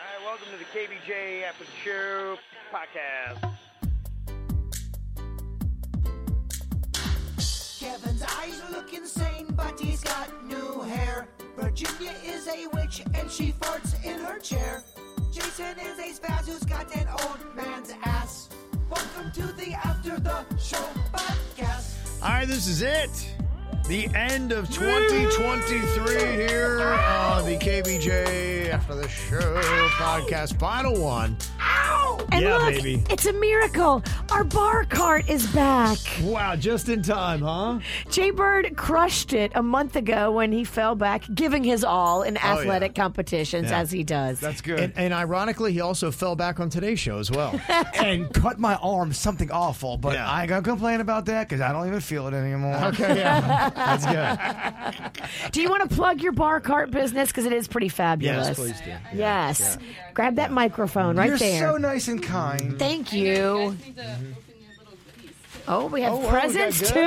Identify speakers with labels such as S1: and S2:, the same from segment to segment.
S1: All right, welcome to the KBJ Aperture Podcast.
S2: Kevin's eyes look insane, but he's got new hair. Virginia is a witch and she farts in her chair. Jason is a spaz who's got an old man's ass. Welcome to the After the Show podcast.
S3: All right, this is it. The end of 2023 here on the KBJ After the Show podcast. Final one.
S4: And
S3: Yeah,
S4: look,
S3: baby.
S4: it's a miracle. Our bar cart is back.
S3: Wow, just in time, huh?
S4: Jay Bird crushed it a month ago when he fell back, giving his all in
S3: Oh, yeah.
S4: athletic competitions
S3: Yeah.
S4: as he does.
S5: That's good.
S3: And,
S5: And,
S3: and ironically, he also fell back on today's show as well.
S5: cut my arm, something awful, but
S3: Yeah.
S5: I ain't gonna complain about that because I don't even feel it anymore.
S3: okay, yeah. That's good.
S4: do you want to plug your bar cart business because it is pretty fabulous?
S3: please do.
S4: Yes. Grab that microphone right
S5: You're
S4: there.
S5: so nice and kind.
S4: Thank you.
S3: Mm-hmm.
S4: Oh, we have
S3: Oh, wow, we got
S4: presents
S3: goodies.
S4: too.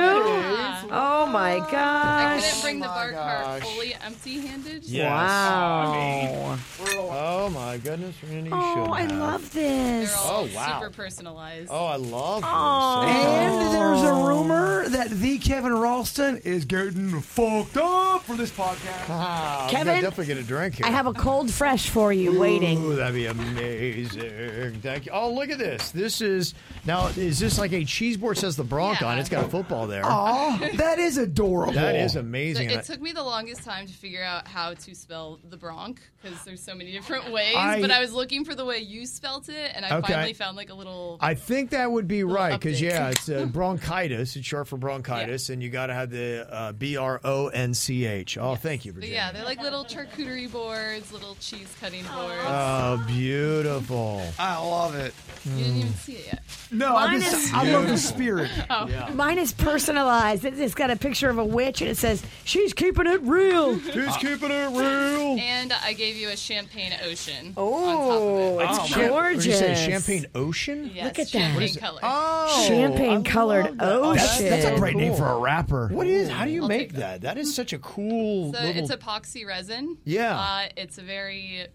S4: Oh my gosh!
S6: Didn't bring
S3: Oh
S6: the bar cart fully empty-handed.
S3: Yes.
S4: Wow.
S3: Oh, my goodness. Randy, you
S4: oh,
S3: should
S4: I
S3: have.
S4: love this.
S3: Oh, wow.
S6: Super personalized.
S3: Oh, I love this.
S5: And there's a rumor that the Kevin Ralston is getting fucked up for this podcast.
S3: Wow, Uh, we gotta
S4: Kevin,
S3: definitely get a drink here.
S4: I have a cold fresh for you waiting.
S3: Ooh, that'd be amazing. Thank you. Oh, look at this. This is now. Is this like a cheese board? Says the Bronc on. it. It's got a football there.
S4: Oh.
S5: Aw, that is adorable.
S3: that is
S6: So
S3: amazing.
S6: it took me the longest time to figure out how to spell the Bronx because there's so many different ways.
S3: I-
S6: but I was looking for the way you spelt it, and I
S3: Okay.
S6: finally found like a little.
S3: I think that would be
S6: Little
S3: right because
S6: update.
S3: yeah, it's uh, bronchitis. It's short for bronchitis, and you got to have the uh, B R O N C H. Oh, thank you,
S6: but
S3: Virginia.
S6: yeah, they're like little charcuterie boards, little cheese cutting boards.
S3: Oh, beautiful.
S6: Uh,
S5: I love it.
S6: you didn't even see it yet.
S5: No, I,
S4: Mine
S5: just,
S4: is-
S5: I love the spirit.
S4: Mine is personalized. It- It's got a picture of a witch and it says, She's keeping it real.
S3: Who's keeping it real?
S6: And I gave you a champagne ocean.
S4: Oh,
S6: on top of it.
S4: it's
S3: What
S4: gorgeous.
S3: did you say? Champagne Ocean.
S6: Yes,
S4: look at that. What
S6: champagne
S4: is it?
S6: color.
S3: Oh, I
S4: Champagne
S3: love
S4: colored
S3: that. Oh,
S4: ocean.
S5: That's, that's a great name
S3: Cool.
S5: for a rapper.
S3: What is? How do you
S6: I'll
S3: make
S6: take
S3: that? That is such a cool.
S6: So
S3: little,
S6: it's epoxy resin.
S3: Yeah.
S6: Uh, it's a very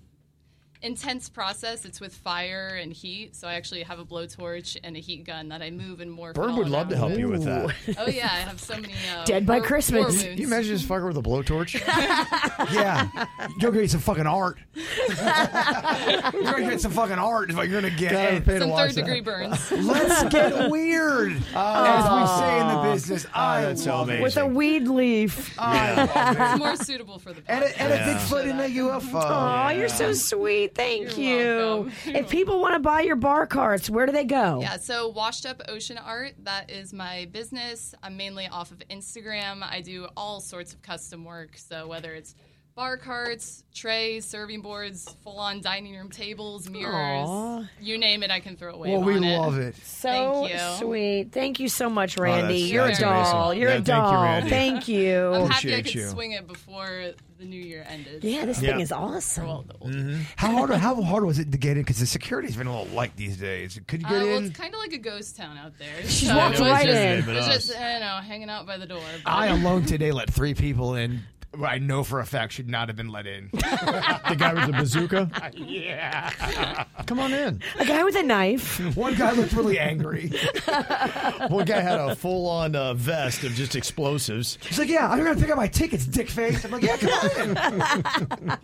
S6: intense process. It's with fire and heat. So I actually have a blowtorch and a heat gun that I move and morph.
S3: Bird
S6: all
S3: would love to
S6: around.
S3: help you with that.
S6: Oh yeah, I have so many. Uh,
S4: Dead by
S6: war-
S4: Christmas.
S6: war
S3: Can
S6: wounds.
S3: you imagine just fucker with a blowtorch?
S5: Yeah. Go get some fucking art. Go get some fucking art is what you're going to
S3: Gotta
S5: get.
S3: pay to
S6: Some
S3: watch
S6: third degree burns.
S5: Let's get weird. as we say in the business. I
S3: Ah, that's so
S5: love it.
S3: amazing.
S4: With a weed leaf. Oh,
S6: it's more suitable for the.
S5: And a, and
S3: Yeah.
S5: a Bigfoot in a UFO.
S4: you're so sweet. Thank
S6: You're
S4: you.
S6: welcome.
S4: If people want to buy your bar carts, where do they go?
S6: Yeah, so Washed Up Ocean Art, that is my business. I'm mainly off of Instagram. I do all sorts of custom work. So whether it's bar carts, trays, serving boards, full on dining room tables, mirrors,
S4: Aw.
S6: you name it, I can throw away.
S5: Well, we
S6: on it.
S5: love it.
S4: So
S6: Thank you.
S4: sweet. Thank you so much, Randy.
S3: Oh, that's-
S4: you're
S3: that's
S4: a doll.
S3: amazing.
S4: You're
S3: Yeah,
S4: a
S3: thank you,
S4: doll.
S3: Randy.
S4: Thank you.
S6: I'm happy I
S3: Appreciate
S6: could
S3: you.
S6: swing it before the new year ended.
S4: yeah, this
S3: Yeah.
S4: thing is awesome.
S6: Well, the old-
S5: How hard, how hard was it to get in? Because the security's been a little light these days. Could you
S6: Uh,
S5: get
S6: well,
S5: in?
S6: it's kind of like a ghost town out there.
S4: She's
S6: So
S4: walked
S6: it was
S4: right
S6: just,
S4: in.
S6: It was just, I don't know, hanging out by the door. but-
S5: uh, I alone today let three people in. who I know for a fact should not have been let in.
S3: the guy with the bazooka.
S5: yeah.
S3: Come on in.
S4: A guy with a knife.
S5: One guy looked really angry.
S3: One guy had a full-on uh, vest of just explosives.
S5: He's like, yeah, I'm going to pick up my tickets, dick face. I'm like, yeah, come on in.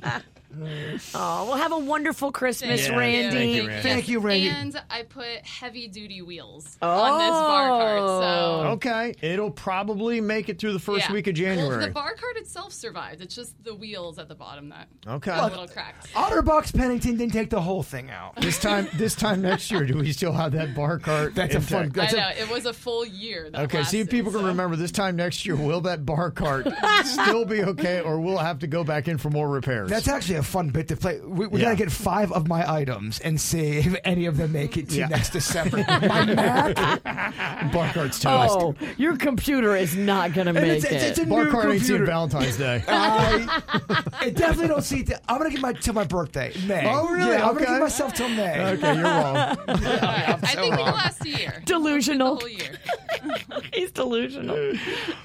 S4: Oh, well, have a wonderful Christmas,
S6: Thank
S3: you.
S4: Randy.
S3: Thank you, Randy.
S5: Thank you, Randy.
S6: And I put heavy duty wheels on this bar
S4: Oh.
S6: cart. So
S3: Okay, it'll probably make it through the Oh, first
S6: yeah.
S3: week of
S6: Well,
S3: January.
S6: the bar cart itself survived. It's just the wheels at the bottom that
S3: Okay. Oh,
S6: got
S3: Look.
S6: a little cracked.
S5: Otterbox Pennington didn't take the whole thing out.
S3: this time, this time next year, do we still have that bar cart?
S5: That's a fun-
S3: intact?
S5: that's
S6: I
S5: a-
S6: know it was a full year. That
S3: Okay, see if
S6: lasted,
S3: people can
S6: so.
S3: remember this time next year. Will that bar cart still be okay, or will it have to go back in for more repairs?
S5: That's actually a a fun bit to play. We, we
S3: Yeah.
S5: gotta get five of my items and see if any of them make it to
S3: Yeah.
S5: next December. my Mac
S3: Barkart's toast.
S4: Oh, your computer is not going to
S5: And
S4: make
S5: it's, it's, it's a
S4: it.
S5: new
S3: Barkart ain't seen
S5: computer.
S3: Valentine's Day.
S5: I, I definitely don't see. It I'm gonna give my till my birthday. May.
S3: Oh, really?
S5: Yeah, I'm gonna
S3: Okay.
S5: give myself till May.
S3: okay, you're wrong.
S6: I think it'll last a year. A
S4: Delusional.
S6: whole year.
S4: He's delusional.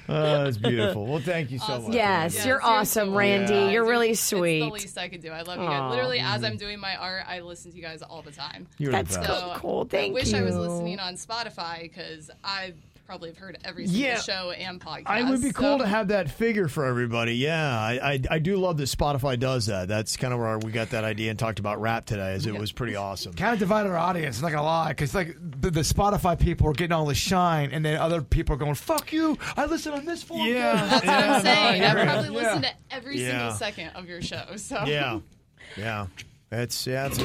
S3: Uh, that's beautiful. Well, thank you so much.
S4: Yes,
S6: Yeah,
S4: you're
S6: seriously.
S4: awesome, Randy.
S6: Yeah.
S4: You're really
S6: It's-
S4: sweet.
S6: It's the least I could do. I love you guys. Literally, as I'm doing my art, I listen to you guys all the time.
S3: You're
S4: That's
S3: the
S4: so
S3: best.
S6: So,
S4: cool. Thank
S6: I wish
S4: you.
S6: I was listening on Spotify because I probably have heard every single
S3: Yeah.
S6: show and podcast.
S3: I would be cool
S6: So-
S3: to have that figure for everybody. Yeah, I, I, I do love that Spotify does that. That's kind of where we got that idea and talked about rap today. As it was pretty awesome.
S5: kind of divided our audience. Not gonna lie, because like the, the Spotify people are getting all the shine, and then other people are going, "Fuck you! I listen on this form."
S3: Yeah,
S6: Oh That's what I'm saying.
S3: yeah.
S6: I probably listened to every
S3: Yeah.
S6: single second of your show. So
S3: yeah, yeah. That's yeah. That's,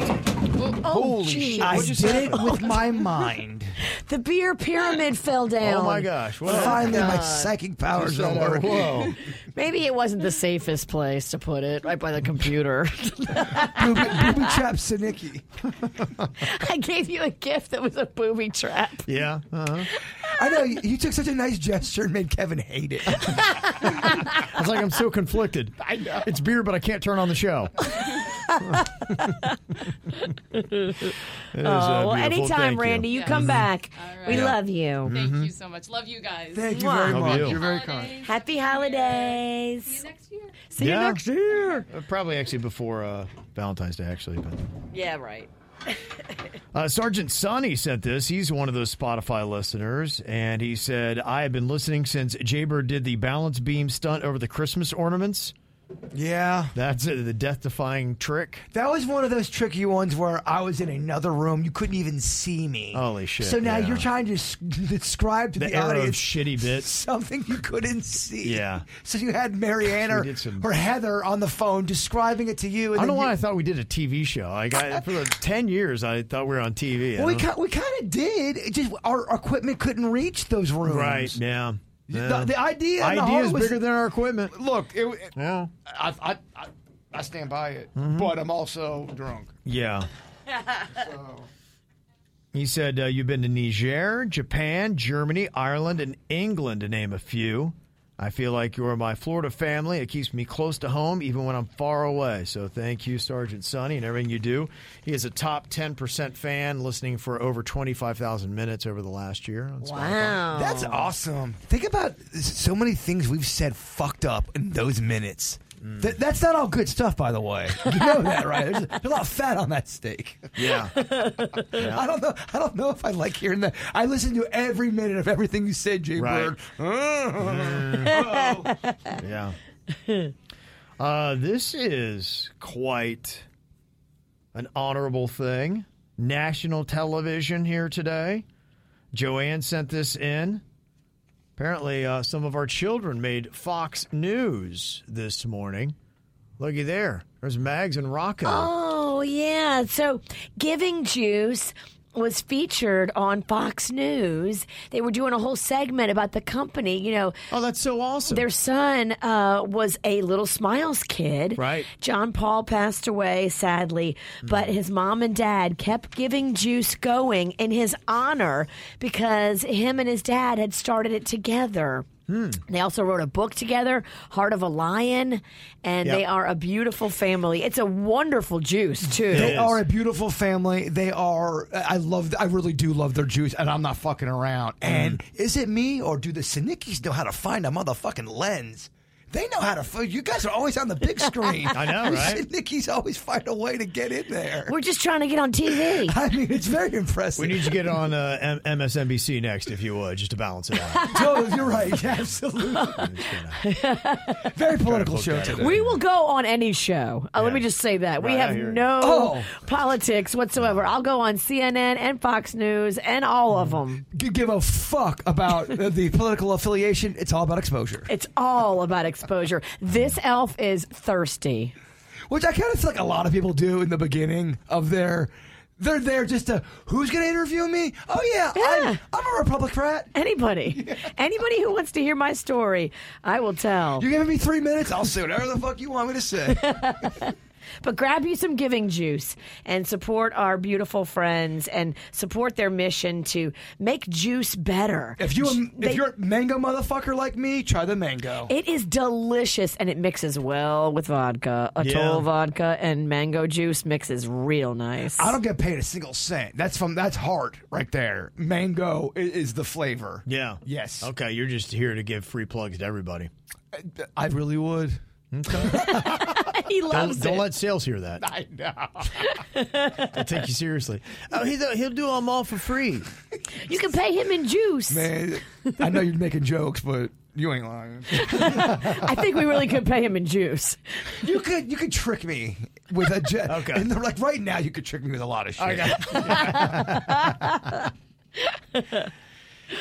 S4: Oh,
S3: shit.
S4: geez.
S5: I
S3: What'd you
S5: did
S3: say?
S5: it with my mind.
S4: The beer pyramid fell down.
S3: oh my gosh! What
S5: Finally, my psychic powers are working.
S3: Whoa!
S4: Maybe it wasn't the safest place to put it, right by the computer.
S5: Booby, booby trap Sinicky.
S4: I gave you a gift that was a booby trap.
S3: Yeah. Uh-huh.
S5: I know you, you took such a nice gesture and made Kevin hate it.
S3: I was like, I'm so conflicted. I know. It's beer, but I can't turn on the show. It is, uh,
S4: Oh,
S3: beautiful.
S4: well,
S3: Thank
S4: anytime,
S3: you.
S4: Randy, you come back.
S6: All
S4: We
S6: right. Mm-hmm.
S4: love you.
S6: Thank
S3: Mm-hmm.
S6: you so much. Love you guys.
S5: Thank you very
S3: Love
S5: much.
S3: you.
S5: You're very kind.
S6: Holidays.
S4: Happy holidays.
S6: See you next year.
S4: See
S3: Yeah.
S4: you next year.
S3: Uh, Probably actually before uh, Valentine's Day, actually. But.
S4: Yeah, right.
S3: Uh, Sergeant Sonny sent this. He's one of those Spotify listeners, and he said, "I have been listening since Jaybird did the balance beam stunt over the Christmas ornaments.
S5: Yeah.
S3: That's uh, the death-defying trick.
S5: That was one of those tricky ones where I was in another room. You couldn't even see me.
S3: Holy shit,
S5: So now
S3: yeah.
S5: you're trying to s- describe to
S3: The,
S5: the,
S3: era of
S5: audience
S3: shitty bits.
S5: something you couldn't see.
S3: Yeah.
S5: So you had Marianne
S3: We
S5: or,
S3: did some-
S5: or Heather on the phone describing it to you.
S3: I
S5: And
S3: don't know
S5: then
S3: why I
S5: you-
S3: thought we did a TV show. Like I, for the ten years, I thought we were on TV. I
S5: Well, we
S3: don't-
S5: kind, we kind of did. It just our, our equipment couldn't reach those rooms.
S3: right? Yeah.
S5: The, the idea. in
S3: idea
S5: the heart
S3: is
S5: was-
S3: bigger than our equipment.
S5: Look, it, it-
S3: Yeah. Mm-hmm.
S5: I, I, I, I stand by it, but I'm also drunk.
S3: Yeah. He said, uh, You've been to Niger, Japan, Germany, Ireland, and England, to name a few. I feel like you're my Florida family. It keeps me close to home, even when I'm far away. So thank you, Sergeant Sonny, and everything you do. He is a top 10% fan, listening for over 25,000 minutes over the last year. on Spotify.
S4: Wow.
S5: That's awesome. Think about so many things we've said fucked up in those minutes. Th- that's not all good stuff, by the way. You know that, right? There's, there's a lot of fat on that steak.
S3: Yeah.
S5: I don't know. I don't know if I like hearing that. I listened to every minute of everything you said, Jay
S3: Right.
S5: Bird.
S3: Yeah. Uh, this is quite an honorable thing. National television here today. Joanne sent this in. Apparently, uh, some of our children made Fox News this morning. Looky there. There's Mags and Rocco.
S4: Oh, yeah. So, Giving Juice was featured on Fox News. They were doing a whole segment about the company, you know,
S3: Oh, that's so awesome.
S4: Their son uh, was a little smiles kid.
S3: Right. Mm.
S4: John Paul passed away, sadly, but his mom and dad kept giving juice going in his honor because him and his dad had started it together.
S3: Hmm.
S4: They also wrote a book together, Heart of a Lion,
S3: Yep.
S4: and they are a beautiful family. It's a wonderful juice, too.
S5: They
S3: Yes.
S5: are a beautiful family. They are. I love. I really do love their juice, and I'm not fucking around.
S3: Mm-hmm.
S5: And is it me or do the Sinickis know how to find a motherfucking lens? They know how to. fi- You guys are always on the big screen.
S3: I know,
S5: You
S3: right?
S5: Sinickis always find a way to get in there.
S4: We're just trying to get on TV.
S5: I mean, it's very impressive.
S3: we need you to get on uh, M- MSNBC next, if you would, just to balance it out.
S5: No, you're right. Yeah, absolutely. very political
S3: look
S5: show
S3: at it.
S5: today.
S4: We will go on any show.
S3: Yeah.
S4: Uh, Let me just say
S3: Right,
S4: that. we
S3: I
S4: have
S3: hear you.
S4: no
S5: Oh.
S4: politics whatsoever. I'll go on CNN and Fox News and all of them.
S5: G- give a fuck about uh, the political affiliation. It's all about exposure.
S4: It's all about exposure. This elf is thirsty.
S5: which I kind of feel like a lot of people do in the beginning of their. They're there just to who's going to interview me? Oh yeah,
S4: Yeah.
S5: I'm, I'm a Republican.
S4: Anybody, anybody who wants to hear my story, I will tell.
S5: You're giving me three minutes. I'll say whatever the fuck you want me to say.
S4: But grab you some giving juice and support our beautiful friends and support their mission to make juice better.
S5: If you um, if
S4: They-
S5: you're a mango motherfucker like me, try the mango.
S4: It is delicious and it mixes well with vodka. Atoll
S3: Yeah.
S4: vodka and mango juice mixes real nice.
S5: I don't get paid a single cent. That's from that's hard right there. Mango i- is, the flavor.
S3: Yeah.
S5: Yes.
S3: Okay, you're just here to give free plugs to everybody.
S5: I really would.
S4: he loves
S3: Don't, don't
S4: it.
S3: let sales hear that.
S5: I know.
S3: They'll take you seriously. Oh, he, he'll do them all for free.
S4: you can pay him in juice.
S5: Man, I know you're making jokes, but you ain't lying.
S4: I think we really could pay him in juice.
S5: You could you could trick me with a jet.
S3: Okay.
S5: And they're like right now you could trick me with a lot of shit.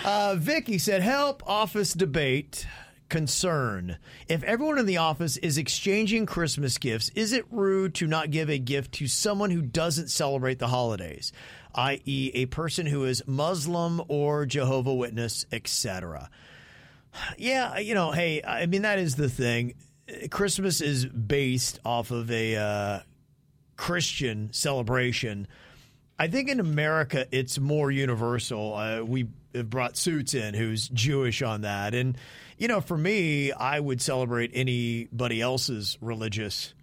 S3: Uh, Vicky said, "Help office debate concern. If everyone in the office is exchanging Christmas gifts, is it rude to not give a gift to someone who doesn't celebrate the holidays, i.e., a person who is Muslim or Jehovah Witness, etc.?" Yeah, you know, hey, I mean that is the thing. Christmas is based off of a uh, Christian celebration. I think in America it's more universal. Uh, we have brought Suits in, who's Jewish on that, and you know, for me, I would celebrate anybody else's religious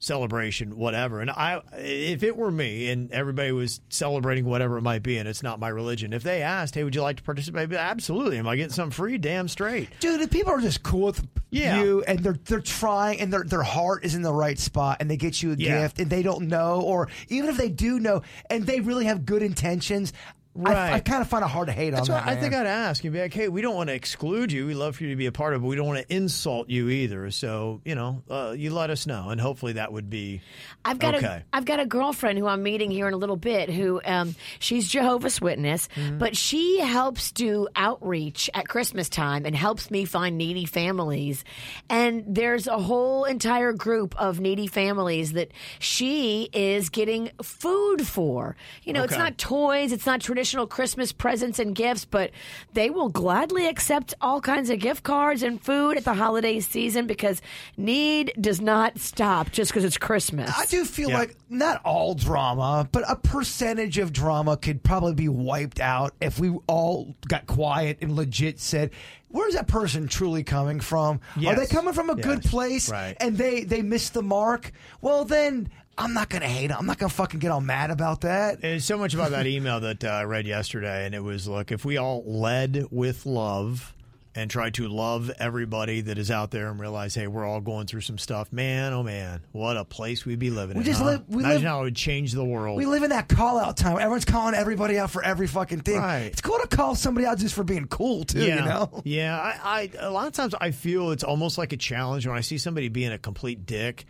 S3: celebration, whatever. And I, if it were me, and everybody was celebrating whatever it might be, and it's not my religion, if they asked, "Hey, would you like to participate?" I'd be, Absolutely. Am I getting something free? Damn straight.
S5: Dude, if people are just cool with
S3: Yeah.
S5: you and they're they're trying and their their heart is in the right spot and they get you a
S3: Yeah.
S5: gift and they don't know or even if they do know and they really have good intentions, I-
S3: Right.
S5: I, kind of find it hard to hate
S3: That's
S5: on
S3: why
S5: that.
S3: I think
S5: man.
S3: I'd ask and be like, "Hey, we don't want to exclude you. We love for you to be a part of, it, but we don't want to insult you either. So, you know, uh, you let us know, and hopefully that would be
S4: I've got
S3: Okay.
S4: a I've got a girlfriend who I'm meeting here in a little bit who um, she's Jehovah's Witness,
S3: Mm-hmm.
S4: but she helps do outreach at Christmas time and helps me find needy families. And there's a whole entire group of needy families that she is getting food for. You know, it's
S3: Okay.
S4: not toys, it's not traditional Christmas presents and gifts, but they will gladly accept all kinds of gift cards and food at the holiday season because need does not stop just because it's Christmas.
S5: I do feel
S3: Yeah.
S5: like not all drama, but a percentage of drama could probably be wiped out if we all got quiet and legit said, "Where's that person truly coming from? Are they
S3: Yes.
S5: coming from a good
S3: Yes.
S5: place?
S3: Right.
S5: And they they missed the mark? Well, then I'm not gonna hate 'em. I'm not gonna fucking get all mad about that.
S3: There's so much about that email that uh, I read yesterday, and it was look, if we all led with love and try to love everybody that is out there and realize, hey, we're all going through some stuff, man, oh man, what a place we'd be living
S5: We
S3: in.
S5: just
S3: huh?
S5: live- we
S3: Imagine
S5: live-
S3: how it would change the world.
S5: We live in that call out time. Everyone's calling everybody out for every fucking thing.
S3: Right.
S5: It's cool to call somebody out just for being cool too.
S3: yeah,
S5: You know.
S3: yeah. I, I a lot of times I feel it's almost like a challenge when I see somebody being a complete dick.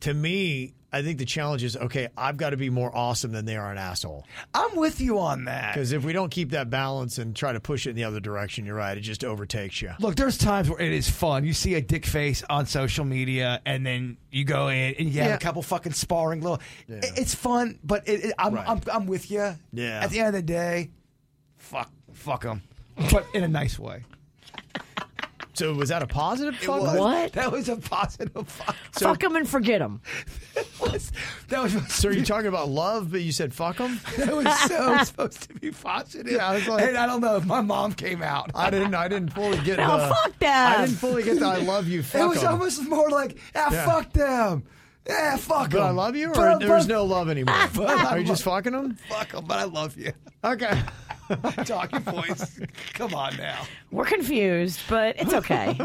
S3: To me, I think the challenge is okay. I've got to be more awesome than they are an asshole.
S5: I'm with you on that.
S3: Because if we don't keep that balance and try to push it in the other direction, you're right. It just overtakes you.
S5: Look, there's times where it is fun. You see a dick face on social media, and then you go in and you have
S3: Yeah.
S5: a couple fucking sparring little. it- It's fun, but it, it- I'm,
S3: Right.
S5: I'm I'm with you.
S3: Yeah.
S5: At the end of the day, fuck fuck them, but in a nice way.
S3: So was that a positive? fuck?
S4: What?
S5: That was a positive fuck.
S4: Fuck them and forget them.
S5: Was, that was
S3: So are you talking about love, but you said fuck them?
S5: that was so supposed to be positive.
S3: Yeah, I was like-
S5: and I don't know if my mom came out.
S3: I didn't. I didn't fully get.
S4: No,
S3: the,
S4: fuck that.
S3: I didn't fully get the I love you. Fuck
S5: it was
S3: 'em.
S5: almost more like ah
S3: Yeah.
S5: fuck them, yeah fuck
S3: But
S5: them.
S3: I love you, or
S5: But-
S3: there's
S5: but-
S3: no love anymore.
S5: I
S3: Are you just fucking them?
S5: fuck them, but I love you.
S3: Okay.
S5: talking points. Come on now.
S4: We're confused, but it's okay.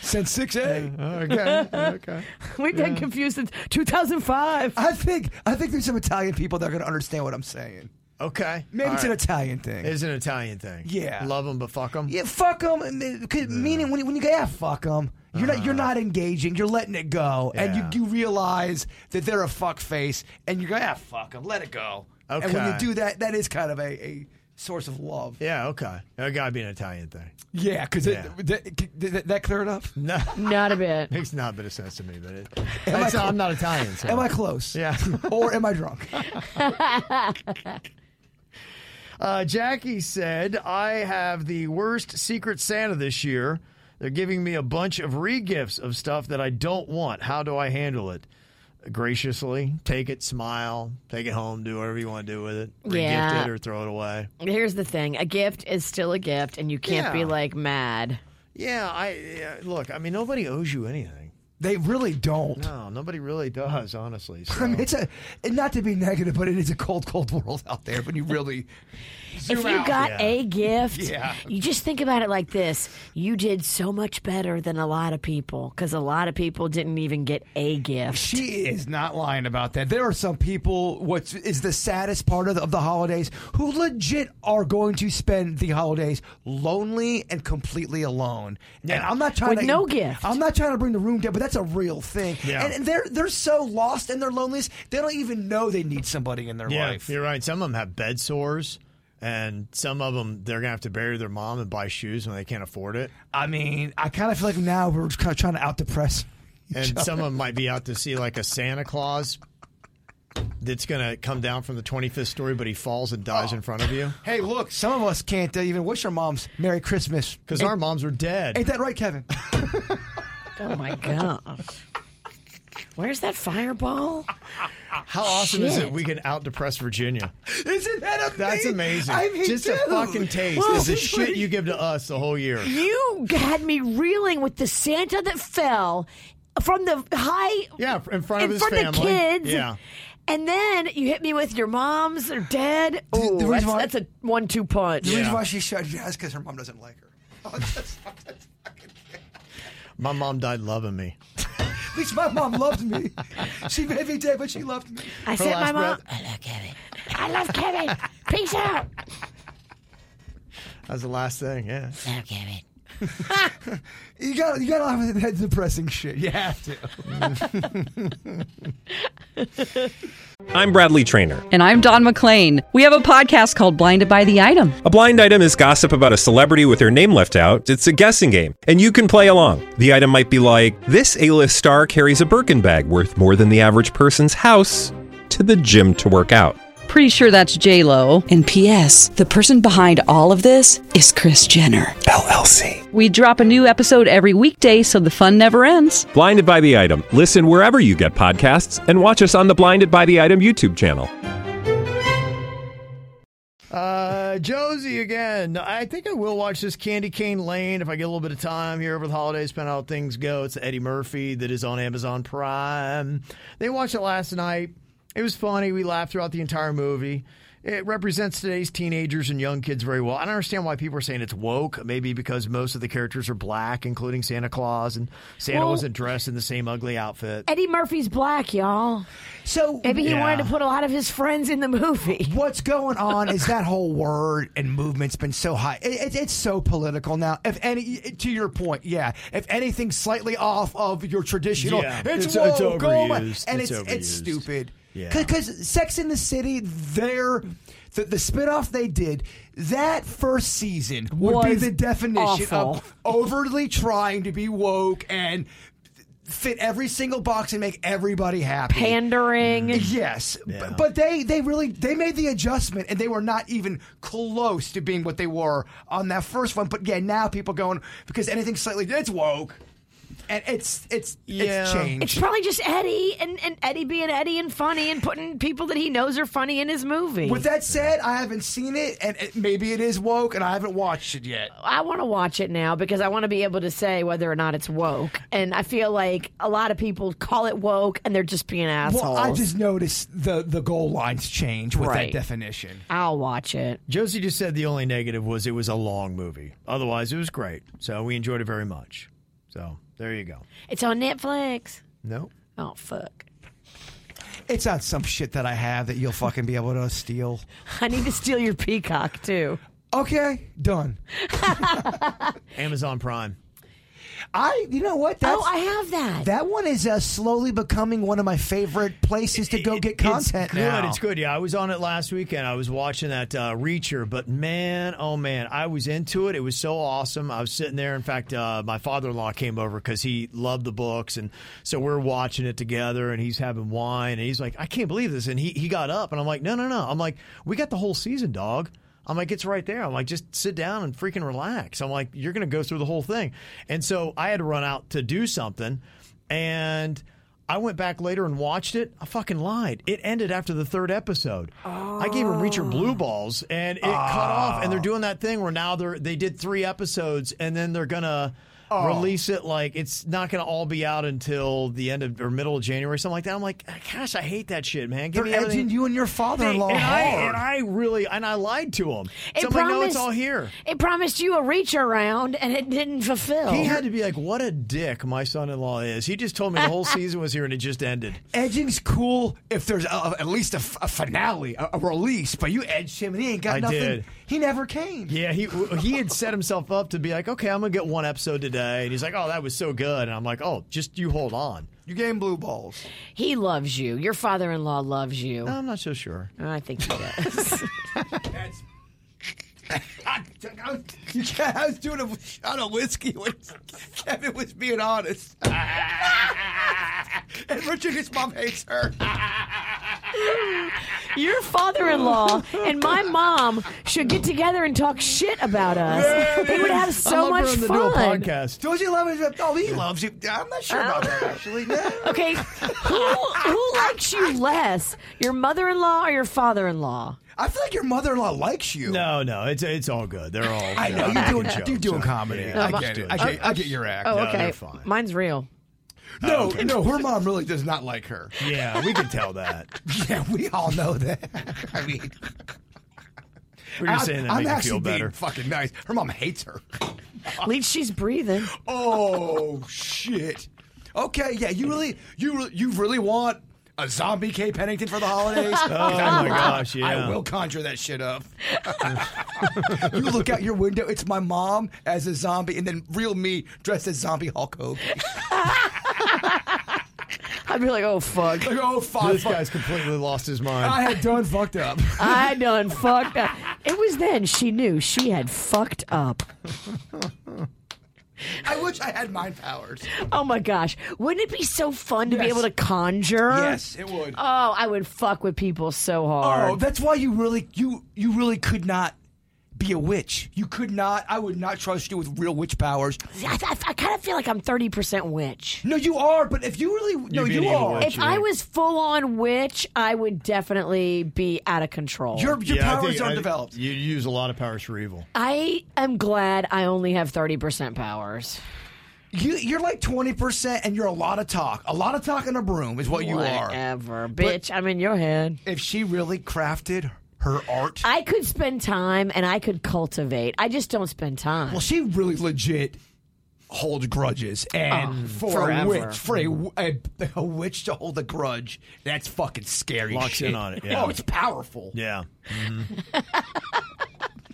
S5: Since six A.
S3: Okay. Okay.
S4: We've been confused since 2005.
S5: I think I think there's some Italian people that are gonna understand what I'm saying.
S3: Okay.
S5: Maybe
S3: All
S5: it's an
S3: right.
S5: Italian thing.
S3: It's an Italian thing.
S5: Yeah.
S3: Love them, but fuck them.
S5: yeah, fuck them. Meaning when you, when you go, yeah, fuck them. You're not you're not engaging. You're letting it
S3: Uh-huh.
S5: go,
S3: Yeah.
S5: and you, you realize that they're a fuck face, and you go, yeah, fuck them. Let it go. And when you
S3: Okay.
S5: do that, that is kind of a, a source of love.
S3: Yeah. Okay. It got to be an Italian thing.
S5: Yeah, because
S3: Yeah.
S5: that, that, that cleared up.
S3: No,
S4: Not a bit.
S3: makes not a bit of sense to me, but it,
S5: I
S3: it's-
S5: cl-
S3: I'm not Italian. So.
S5: Am I close?
S3: Yeah.
S5: or am I drunk?
S3: Uh, Jackie said, I have the worst Secret Santa this year. They're giving me a bunch of regifts of stuff that I don't want. How do I handle it? graciously. Take it, smile, take it home, do whatever you want to do with it. Re-gift
S4: Yeah.
S3: it or throw it away.
S4: Here's the thing a gift is still a gift, and you can't be
S3: Yeah.
S4: like mad.
S3: Yeah, I yeah, look. I mean, nobody owes you anything.
S5: They really don't.
S3: No, nobody really does, honestly. So.
S5: I mean, it's a and not to be negative, but it is a cold, cold world out there when you really zoom
S4: if you
S5: out.
S4: got
S3: Yeah.
S4: a gift,
S5: Yeah.
S4: you just think about it like this you did so much better than a lot of people because a lot of people didn't even get a gift.
S5: She is not lying about that. There are some people. What is the saddest part of the, of the holidays? Who legit are going to spend the holidays lonely and completely alone? And I'm not trying
S4: With
S5: to
S4: no gift.
S5: I'm not trying to bring the room down, but that's a real thing.
S3: Yeah.
S5: And, and they're they're so lost in their loneliness, they don't even know they need somebody in their
S3: yeah,
S5: life.
S3: you're right. Some of them have bed sores, and some of them they're gonna have to bury their mom and buy shoes when they can't afford it.
S5: I mean, I kind of feel like now we're kind of trying to out depress.
S3: And some of them might be out to see like a Santa Claus that's gonna come down from the 25th story, but he falls and dies in front of you
S5: Hey, look, some of us can't uh, even wish our moms Merry Christmas.
S3: because our moms are dead.
S5: Ain't that right, Kevin?
S4: Oh my gosh. Where's that fireball?
S3: How awesome is
S4: Shit.
S3: it we can out depress Virginia?
S5: Isn't that amazing?
S3: That's amazing.
S5: I mean,
S3: Just a
S5: dude.
S3: fucking taste
S4: Whoa.
S3: of the shit you give to us the whole year.
S4: You had me reeling with the Santa that fell from the high
S3: Yeah, in front of
S4: in
S3: his
S4: front of the
S3: family.
S4: kids.
S3: Yeah.
S4: And then you hit me with your moms are dead.
S5: the
S4: Ooh,
S5: reason
S4: that's,
S5: why-
S4: that's a one-two punch.
S5: The reason
S3: Yeah.
S5: why she shut you is because her mom doesn't like her. Oh, that's- that's fucking-
S3: My mom died loving me.
S5: At least my mom loved me. She may be dead, but she loved me.
S4: I said, my
S3: last
S4: mom,
S3: breath.
S4: I love Kevin. I love Kevin. Peace out.
S3: That was the last thing. Yeah.
S4: I love Kevin.
S5: You got you got to have that depressing shit. You have to.
S7: I'm Bradley Trainer.
S8: And I'm Don McClain. We have a podcast called Blinded by the Item.
S7: A blind item is gossip about a celebrity with their name left out. It's a guessing game, and you can play along. The item might be like this: A-list star carries a Birkin bag worth more than the average person's house to the gym to work out.
S8: Pretty sure that's J Lo.
S9: And P.S. The person behind all of this is Chris Jenner.
S7: LLC.
S8: We drop a new episode every weekday, so the fun never ends.
S7: Blinded by the item. Listen wherever you get podcasts, and watch us on the Blinded by the Item YouTube channel.
S3: Uh, Josie again. I think I will watch this Candy Cane Lane if I get a little bit of time here over the holidays, depending on how things go. It's Eddie Murphy that is on Amazon Prime. They watched it last night. It was funny. We laughed throughout the entire movie. It represents today's teenagers and young kids very well. I don't understand why people are saying it's woke. Maybe because most of the characters are black, including Santa Claus, and Santa
S4: Well-
S3: wasn't dressed in the same ugly outfit.
S4: Eddie Murphy's black, y'all.
S5: So
S4: Maybe he
S3: Yeah.
S4: wanted to put a lot of his friends in the movie.
S5: What's going on is that whole word and movement's been so high. It, it, it's so political now. If any, to your point, yeah. If anything's slightly off of your traditional,
S3: Yeah,
S5: it's,
S3: it's- it's
S5: woke, oh my-
S3: overused.
S5: and
S3: It's
S5: it's it's,
S3: overused.
S5: stupid.
S3: Yeah.
S5: because Sex in the City, their the, the spinoff they did that first season would be
S4: Was
S5: the definition
S4: awful.
S5: of overly trying to be woke and fit every single box and make everybody happy.
S4: Pandering.
S5: Yes, b-
S3: Yeah.
S5: but, they they really they made the adjustment and they were not even close to being what they were on that first one. But yeah, now people going because anything slightly it's woke, and it's it's
S3: Yeah.
S5: it's changed.
S4: It's probably just Eddie and, and Eddie being Eddie and funny and putting people that he knows are funny in his movie.
S5: With that said, I haven't seen it, and it, maybe it is woke, and I haven't watched it yet.
S4: I want to watch it now because I want to be able to say whether or not it's woke. And I feel like a lot of people call it woke and they're just being assholes.
S5: Well, I just noticed the the goal lines change with
S4: Right.
S5: that definition.
S4: I'll watch it.
S3: Josie just said the only negative was it was a long movie. Otherwise, it was great. So we enjoyed it very much. So there you go.
S4: It's on Netflix.
S3: No.
S4: Oh fuck!
S5: It's not some shit that I have that you'll fucking be able to steal.
S4: I need to steal your peacock too.
S5: Okay, done.
S3: Amazon Prime.
S5: I you know what? That's,
S4: oh, I have that.
S5: That one is uh, slowly becoming one of my favorite places to go get content
S3: it's good.
S5: now.
S3: It's good. Yeah, I was on it last weekend. I was watching that uh, Reacher, but man, oh man, I was into it. It was so awesome. I was sitting there. In fact, uh, my father-in-law came over because he loved the books, and so we're watching it together. And he's having wine, and he's like, "I can't believe this." And he he got up, and I'm like, "No, no, no." I'm like, "We got the whole season, dog." I'm like, it's right there. I'm like, just sit down and freaking relax. I'm like, you're going to go through the whole thing. And so I had to run out to do something. And I went back later and watched it. I fucking lied. It ended after the third episode. I gave him
S5: Oh.
S3: Reacher Blue Balls, and it cut off. And they're doing that thing where now they're they did three episodes, and then they're gonna.
S5: Oh.
S3: Release it like it's not going to all be out until the end of or middle of January, something like that. I'm like, gosh, I hate that shit, man. Give
S5: They're
S3: me everything.
S5: edging you and your father-in-law
S3: and I,
S5: hard.
S3: and I really and I lied to him.
S4: It
S3: so I'm like,
S4: promised,
S3: no, it's all here.
S4: It promised you a reach around and it didn't fulfill.
S3: He had to be like, what a dick my son-in-law is. He just told me the whole season was here and it just ended.
S5: Edging's cool if there's a, at least a, f- a finale, a, a release. But you edged him, and he ain't got
S3: I
S5: nothing.
S3: did.
S5: He never came.
S3: Yeah, he he had set himself up to be like, okay, I'm gonna get one episode today, and he's like, oh, that was so good, and I'm like, oh, just you hold on.
S5: You gave him blue balls.
S4: He loves you. Your father in law loves you. Oh,
S3: No, I'm not so sure.
S4: I think he does.
S5: I, I, you can't, I was doing a shot of whiskey when Kevin was being honest. and Richard, his mom hates her.
S4: Your father in law and my mom should get together and talk shit about us. they would have
S3: I love
S4: so much
S3: her on the dual
S4: fun.
S3: podcast.
S5: Does he love his? Oh, he loves you. I'm not sure about
S3: Oh.
S5: that, actually. No.
S4: Okay, who who likes you less, your mother in law or your father in law?
S5: I feel like your mother-in-law likes you.
S3: No, no, it's it's all good. They're all.
S5: I know
S3: they're
S5: you're doing
S3: making
S5: you're doing
S3: jokes.
S5: comedy.
S3: Yeah,
S5: I
S3: I'm
S5: get
S3: just
S5: it.
S3: doing
S5: I get, I get your act.
S4: Oh,
S3: No,
S4: okay,
S3: they're fine.
S4: mine's real.
S5: no, no, her mom really does not like her.
S3: Yeah, we can tell that.
S5: Yeah, we all know that. I mean,
S3: We're just saying that
S5: I'm
S3: make you
S5: actually
S3: feel
S5: being
S3: better.
S5: fucking nice. Her mom hates her.
S4: At least she's breathing.
S5: Oh shit. Okay, yeah, you really, you really- you really want a zombie K Pennington for the holidays?
S3: Oh my gosh, yeah.
S5: I will conjure that shit up. you look out your window, it's my mom as a zombie, and then real me dressed as zombie Hulk Hogan.
S4: I'd be like, oh fuck,
S5: Like, oh, fuck,
S3: This
S5: fuck.
S3: guy's completely lost his mind.
S5: I had done fucked up.
S4: I done fucked up. It was then she knew she had fucked up.
S5: I wish I had mind powers.
S4: Oh my gosh, wouldn't it be so fun to be
S5: Yes.
S4: able to conjure?
S5: Yes, it would.
S4: Oh, I would fuck with people so
S5: Oh,
S4: hard.
S5: that's why you really you you really could not be a witch. You could not. I would not trust you with real witch powers.
S4: I, I, I kind of feel like I'm 30% witch.
S5: No, you are. But if you really no,
S3: be
S5: you
S3: an evil
S5: are.
S3: witch.
S4: If I was full on witch, I would definitely be out of control.
S5: your your
S3: Yeah, I
S5: powers
S3: think
S5: are
S3: I-
S5: developed.
S3: You use a lot of powers for evil.
S4: I am glad I only have 30% powers.
S5: You you're like twenty percent, and you're a lot of talk. A lot of talk in a broom is what you are.
S4: Whatever. Bitch, I'm in your head.
S5: If she really crafted her art,
S4: I could spend time and I could cultivate. I just don't spend time.
S5: well, she really legit holds grudges, and for
S4: forever.
S5: a witch, for a, w- a- a witch to hold a grudge, that's fucking scary.
S3: Locks
S5: shit.
S3: in on it, yeah.
S5: Oh, it's powerful.
S3: Yeah.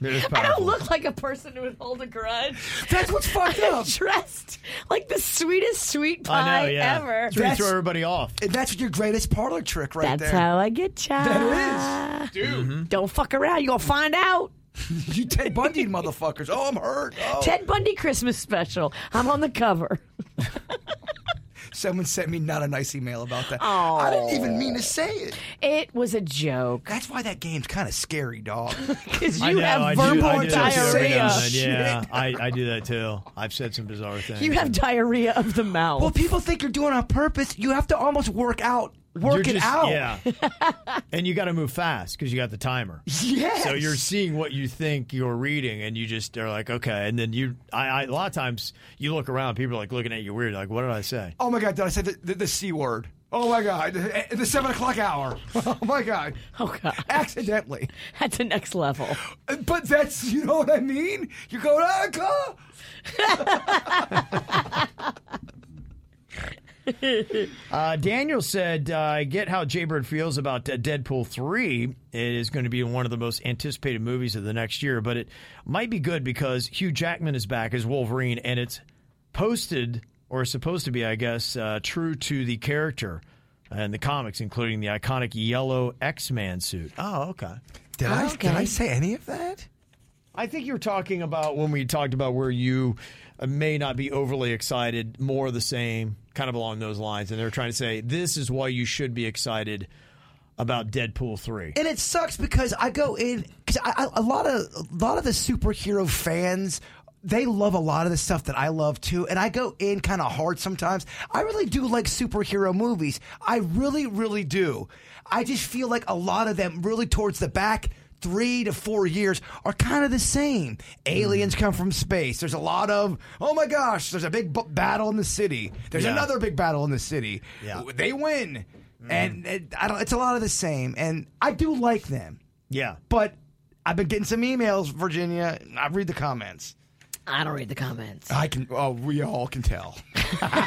S3: It is
S4: I don't
S3: powerful.
S4: look like a person who would hold a grudge.
S5: That's what's fucked up.
S4: Dressed like the sweetest sweet pie
S3: I know, yeah.
S4: ever.
S3: It's really
S5: That's-
S3: throw everybody off.
S5: And that's your greatest parlor trick right
S4: That's
S5: there.
S4: how I get ya. Mm-hmm.
S5: That is.
S4: Don't fuck around. You're going to find out.
S5: You Ted Bundy motherfuckers. Oh, I'm hurt. Oh.
S4: Ted Bundy Christmas special. I'm on the cover.
S5: Someone sent me not a nice email about that. I didn't even mean to say it.
S4: It was a joke.
S5: That's why that game's kind of scary, dog.
S4: Because you
S3: I know,
S4: have
S3: I do-
S4: verbal
S3: I do that too every now
S4: diarrhea.
S3: and then, Yeah, I, I do that too. I've said some bizarre things.
S4: You have diarrhea of the mouth.
S5: well, people think you're doing it on purpose. You have to almost work out, work
S3: You're
S5: it
S3: just-
S5: out.
S3: Yeah. and you got to move fast because you got the timer.
S5: Yes.
S3: So you're seeing what you think you're reading, and you just are like, okay. And then you, I, I, a lot of times you look around, people are like looking at you weird, like, what did I say?
S5: Oh my god, did I say the, the, the c word? Oh my god, the, the seven o'clock hour. Oh my god,
S4: oh, God.
S5: accidentally. Uh,
S4: That's the next level.
S5: But that's you know what I mean. You're going, ah, God."
S3: Uh, Daniel said, uh, I get how Jaybird feels about uh, Deadpool 3. It is going to be one of the most anticipated movies of the next year, but it might be good because Hugh Jackman is back as Wolverine, and it's posted, or supposed to be, I guess, uh, true to the character and the comics, including the iconic yellow X Man suit. Oh, okay.
S5: Did I
S4: Okay.
S5: did I say any of that?
S3: I think you were talking about when we talked about where you uh, may not be overly excited, more of the same, kind of along those lines. And they're trying to say this is why you should be excited about Deadpool three.
S5: and it sucks because I go in because I, I, a lot of a lot of the superhero fans they love a lot of the stuff that I love too, and I go in kind of hard sometimes. I really do like superhero movies. I really, really do. I just feel like a lot of them, really towards the back three to four years, are kind of the same. Aliens come from space. There's a lot of, oh my gosh, there's a big b- battle in the city. There's
S3: Yeah.
S5: another big battle in the city.
S3: Yeah.
S5: They win. And it, I don't, it's a lot of the same. And I do like them.
S3: Yeah.
S5: But I've been getting some emails, Virginia. and I read the comments.
S4: I don't read the comments.
S5: I can. Oh, we all can tell.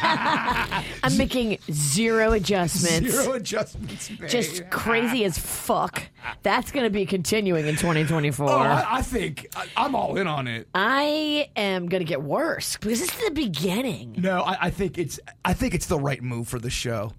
S4: I'm making zero adjustments.
S5: Zero adjustments made.
S4: Just crazy as fuck. That's going to be continuing in 2024.
S5: Oh, I, I think I, I'm all in on it.
S4: Uh. I am going to get worse because this is the beginning.
S5: No, I, I think it's. I think it's the right move for the show.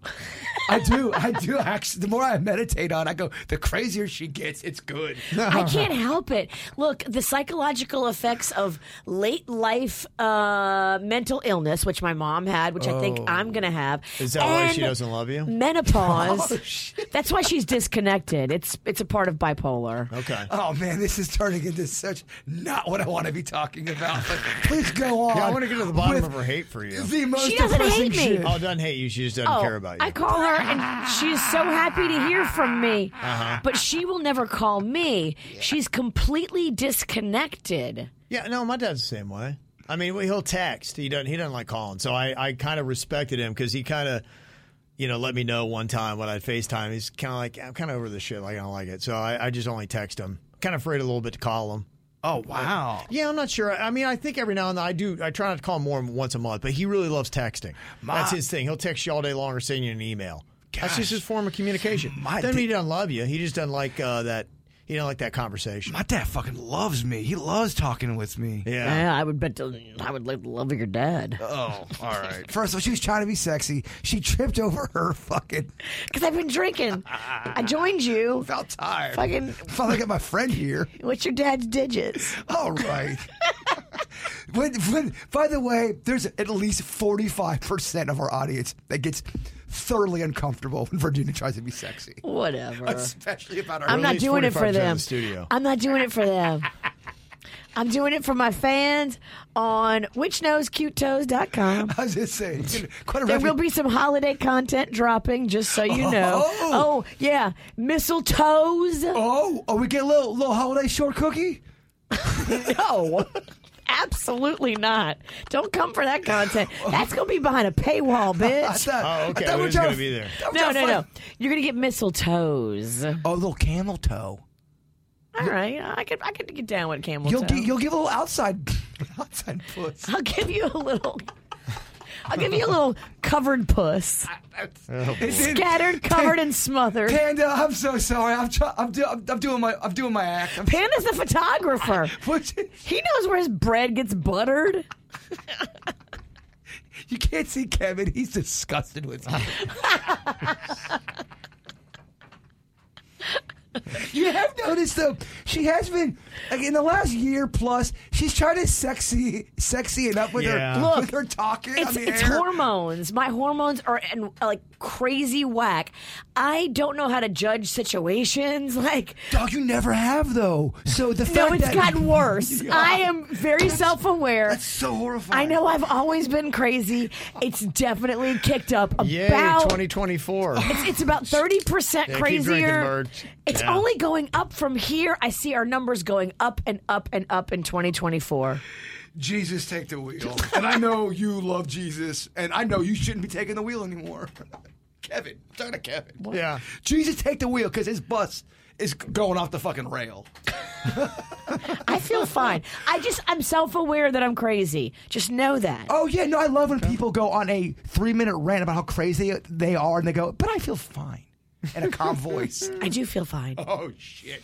S5: I do. I do. Actually, the more I meditate on, I go. The crazier she gets, it's good.
S4: I can't help it. Look, the psychological effects of late life uh, mental illness, which my mom had, which I think I'm going to have.
S3: Is that why she
S4: and
S3: doesn't love you?
S4: Menopause. That's why she's disconnected. It's it's a part of bipolar.
S3: Okay.
S5: Oh man, this is turning into such not what I want to be talking about. But please go on.
S3: Yeah, I want to get to the bottom
S5: with
S3: of her hate for you.
S5: The most
S4: She doesn't hate
S5: depressing
S4: me.
S5: shit.
S3: Oh, doesn't hate you. She just doesn't care about you.
S4: I call her, and she's so happy to hear from me.
S3: Uh-huh.
S4: But she will never call me. She's completely disconnected.
S3: yeah, no, my dad's the same way. I mean, he'll text. He doesn't. He doesn't like calling. So I, I kind of respected him because he kind of, you know, let me know one time when I'd FaceTime. He's kind of like, I'm kind of over this shit. Like I don't like it. So I, I just only text him. Kind of afraid a little bit to call him.
S5: Oh wow.
S3: Yeah, I'm not sure. I mean, I think every now and then I do. I try not to call him more than once a month, but he really loves texting. That's his thing. He'll text you all day long or send you an email. That's
S5: Gosh.
S3: just his form of communication.
S5: My
S3: doesn't
S5: di-
S3: mean he doesn't love you. He just doesn't like uh, that. He doesn't like that conversation.
S5: My dad fucking loves me. He loves talking with me.
S3: yeah.
S4: I would bet. I would like love your dad
S5: Oh, all right. First of all, she was trying to be sexy. She tripped over her fucking.
S4: because I've been drinking. I joined you.
S5: Felt tired.
S4: Fucking-
S5: Finally got my friend here.
S4: What's your dad's digits?
S5: All right. when, when, by the way, there's at least 45% of our audience that gets thoroughly uncomfortable when Virginia tries to be sexy.
S4: Whatever.
S5: Especially about our.
S4: I'm not
S3: least
S4: doing
S3: 45%
S4: it for
S3: in the
S4: them.
S3: studio.
S4: I'm not doing it for them. I'm doing it for my fans on whichknowscutetoes.com.
S5: I was just saying. you know, Quite a
S4: There
S5: repu-
S4: will be some holiday content dropping, just so you know.
S5: Oh.
S4: Oh, yeah, mistletoes.
S5: Oh, oh, we get a little, little holiday short cookie?
S4: No, absolutely not. Don't come for that content. That's gonna be behind a paywall,
S5: I
S4: bitch.
S5: thought,
S3: Oh, okay.
S5: I thought
S3: Who's
S5: trying
S3: gonna
S5: to-
S3: be there?
S5: I thought we
S4: No,
S5: were
S4: no,
S5: trying
S4: no.
S5: to
S4: You're gonna get mistletoes.
S5: find- Oh, little camel toe.
S4: All right, I could, I could get down with camel
S5: You'll
S4: toe.
S5: gi- you'll give a little outside outside puss.
S4: I'll give you a little. I'll give you a little covered puss,
S5: It did-
S4: scattered, covered, and smothered.
S5: Panda, I'm so sorry. I'm try- I'm, do- I'm I'm doing my I'm doing my act. I'm
S4: Panda's the photographer.
S5: What-
S4: He knows where his bread gets buttered.
S5: you can't see Kevin. He's disgusted with me. you have noticed though, she has been like in the last year plus. She's trying to sexy sexy it up with
S3: Yeah.
S5: her
S4: Look,
S5: with her talking.
S4: It's,
S5: on the
S4: it's
S5: air.
S4: hormones. My hormones are in, like crazy whack. I don't know how to judge situations. Like,
S5: Dog, you never have though. So the
S4: no,
S5: fact
S4: it's
S5: that
S4: gotten worse. I am very self aware.
S5: That's so
S4: I
S5: horrifying.
S4: know I've always been crazy. It's definitely kicked up about.
S3: Yay, 2024.
S4: It's, it's about 30%
S3: Yeah, keep
S4: crazier.
S3: drinking, Birch.
S4: It's
S3: Yeah.
S4: only going up from here. I see our numbers going up and up and up in 2024.
S5: Jesus, take the wheel. and I know you love Jesus, and I know you shouldn't be taking the wheel anymore. Kevin, I'm talking to Kevin.
S3: Yeah.
S5: Jesus, take the wheel because his bus is going off the fucking rail.
S4: I feel fine. I just, I'm self aware that I'm crazy. Just know that.
S5: Oh yeah, no, I love when people go on a three-minute rant about how crazy they are, and they go, "But I feel fine," in a calm voice.
S4: I do feel fine.
S5: Oh shit.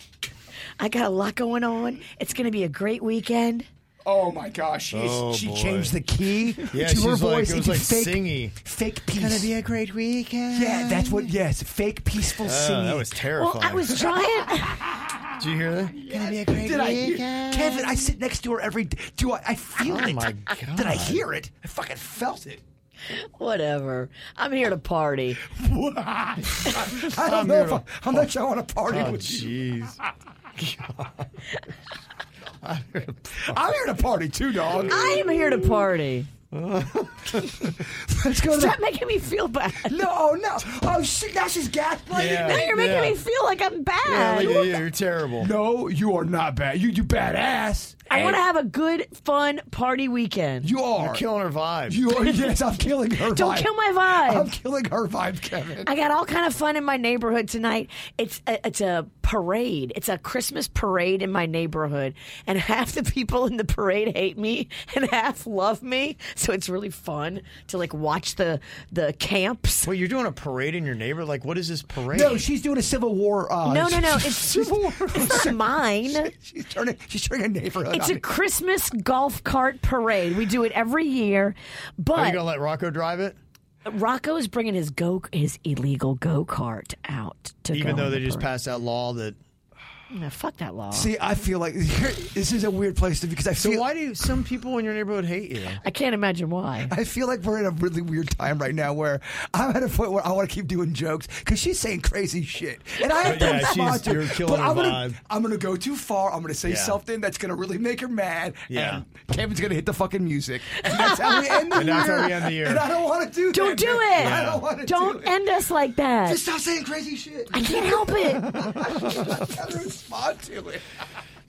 S4: I got a lot going on. It's going to be a great weekend.
S5: Oh my gosh, she, is-
S3: Oh,
S5: she
S3: boy.
S5: changed the key
S3: Yeah,
S5: to her
S3: she's like-
S5: voice.
S3: it was
S5: into
S3: like
S5: fake,
S3: singy.
S5: fake peace.
S3: a great weekend. Uh,
S5: yeah, that's what. Yes, fake peaceful singing.
S3: that was terrifying.
S4: Well, I was trying.
S3: Did you hear that? Gonna be a great
S5: Did I hear? Kevin, I sit next to her every day. Do I? I feel
S3: Oh
S5: it.
S3: my
S5: Did I
S3: God.
S5: hear it? I fucking felt it.
S4: Whatever. I'm here to party.
S5: I don't know. If I, I'm not sure I want to party
S3: Oh,
S5: with you.
S3: jeez.
S5: I'm here to party too, dog.
S4: I am here to party.
S5: Let's go to
S4: Stop
S5: the.
S4: making me feel bad.
S5: No, no. Oh, shit. Now she's gaslighting
S3: Yeah.
S4: Now
S5: me.
S4: you're making
S3: Yeah.
S4: me feel like I'm
S3: Yeah,
S4: bad.
S3: like, yeah, you're terrible.
S5: No, you are not bad. You, you badass.
S4: I want to have a good, fun party weekend.
S5: You are.
S3: You're killing her vibe.
S5: You are. Yes, I'm killing her.
S4: Don't
S5: vibe.
S4: kill my
S5: I'm
S4: vibe.
S5: killing her vibe, Kevin.
S4: I got all kind of fun in my neighborhood tonight. It's a, it's a parade. It's a Christmas parade in my neighborhood, and half the people in the parade hate me, and half love me. So it's really fun to like watch the the camps.
S3: Wait, you're doing a parade in your neighbor? Like, what is this parade?
S5: No, she's doing a Civil War. Uh,
S4: No, no, no. It's, it's not mine.
S5: She's turning. She's turning her neighborhood.
S4: It's
S5: on
S4: a
S5: me.
S4: Christmas golf cart parade. We do it every year,
S3: Are you
S4: but
S3: gonna let Rocco drive it?
S4: Rocco is bringing his go his illegal go kart out to
S3: Even
S4: go
S3: though
S4: on
S3: they
S4: the
S3: just
S4: parade.
S3: passed that law that.
S4: Nah, fuck that law.
S5: See, I feel like this is a weird place to because I
S3: So
S5: feel.
S3: why do some people in your neighborhood hate you?
S4: I can't imagine why.
S5: I feel like we're in a really weird time right now where I'm at a point where I want to keep doing jokes because she's saying crazy shit. And I have
S3: But yeah,
S5: to respond
S3: she's-
S5: to
S3: you're
S5: it.
S3: killing
S5: But
S3: her
S5: I'm gonna,
S3: vibe.
S5: I'm going to go too far. I'm going to say
S3: Yeah.
S5: something that's going to really make her mad.
S3: Yeah.
S5: And Kevin's going to hit the fucking music. And that's how we end the
S3: And
S5: year.
S3: that's how we end the year.
S5: And I don't want to do
S4: Don't
S5: that.
S4: do it.
S5: man. I don't want to
S4: Don't
S5: do it.
S4: end us like that.
S5: Just stop saying crazy shit.
S4: I can't help it.
S5: I gotta respond to it.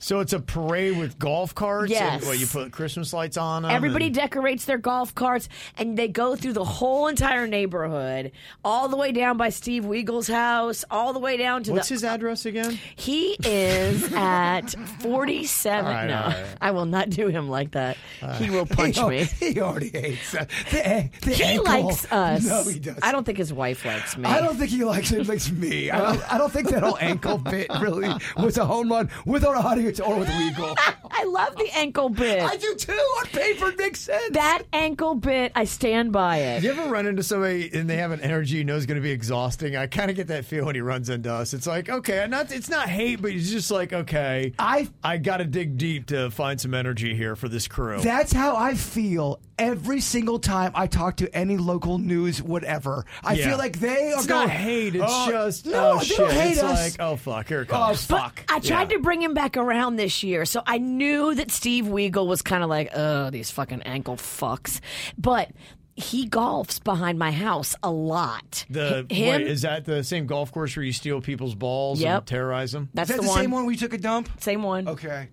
S3: So it's a parade with golf carts.
S4: Yes.
S3: And, what, you put Christmas lights on. 'em
S4: Everybody
S3: and-
S4: decorates their golf carts and they go through the whole entire neighborhood, all the way down by Steve Weagle's house, all the way down to
S3: What's
S4: the
S3: his address again?
S4: He is at 47.
S3: right,
S4: no,
S3: all right.
S4: I will not do him like that. he will punch
S5: he, al-
S4: me.
S5: Oh, He already hates us. The, the
S4: He
S5: ankle.
S4: likes us.
S5: No, he doesn't.
S4: I don't think his wife likes me.
S5: I don't think he likes it. He likes me. I don't, I don't think that whole ankle bit really was a home run with our audience or with Weagle.
S4: I love the ankle bit.
S5: I do too. On paper, it makes sense.
S4: that ankle bit, I stand by it.
S3: You ever run into somebody and they have an energy you know is going to be exhausting? I kind of get that feel when he runs into us. It's like, okay, I'm not it's not hate, but it's just like, okay,
S5: I-
S3: I got to dig deep to find some energy here for this crew.
S5: That's how I feel every single time I talk to any local news, whatever. I
S3: Yeah.
S5: feel like they are
S3: it's
S5: going.
S3: not hate. It's
S5: "Oh,
S3: just
S5: no,
S3: oh
S5: they
S3: shit.
S5: don't hate
S3: it's
S5: us.
S3: like oh fuck, here it
S5: oh
S3: comes.
S5: fuck.
S4: I tried
S3: Yeah.
S4: to bring him back around this year, so I knew that Steve Weagle was kind of like, oh, these fucking ankle fucks. But he golfs behind my house a lot.
S3: the
S4: H- him,
S3: wait, is that the same golf course where you steal people's balls
S4: Yep.
S3: and terrorize them?
S4: that's
S5: Is that the,
S4: one.
S5: same one we took a dump?
S4: Same one.
S5: Okay.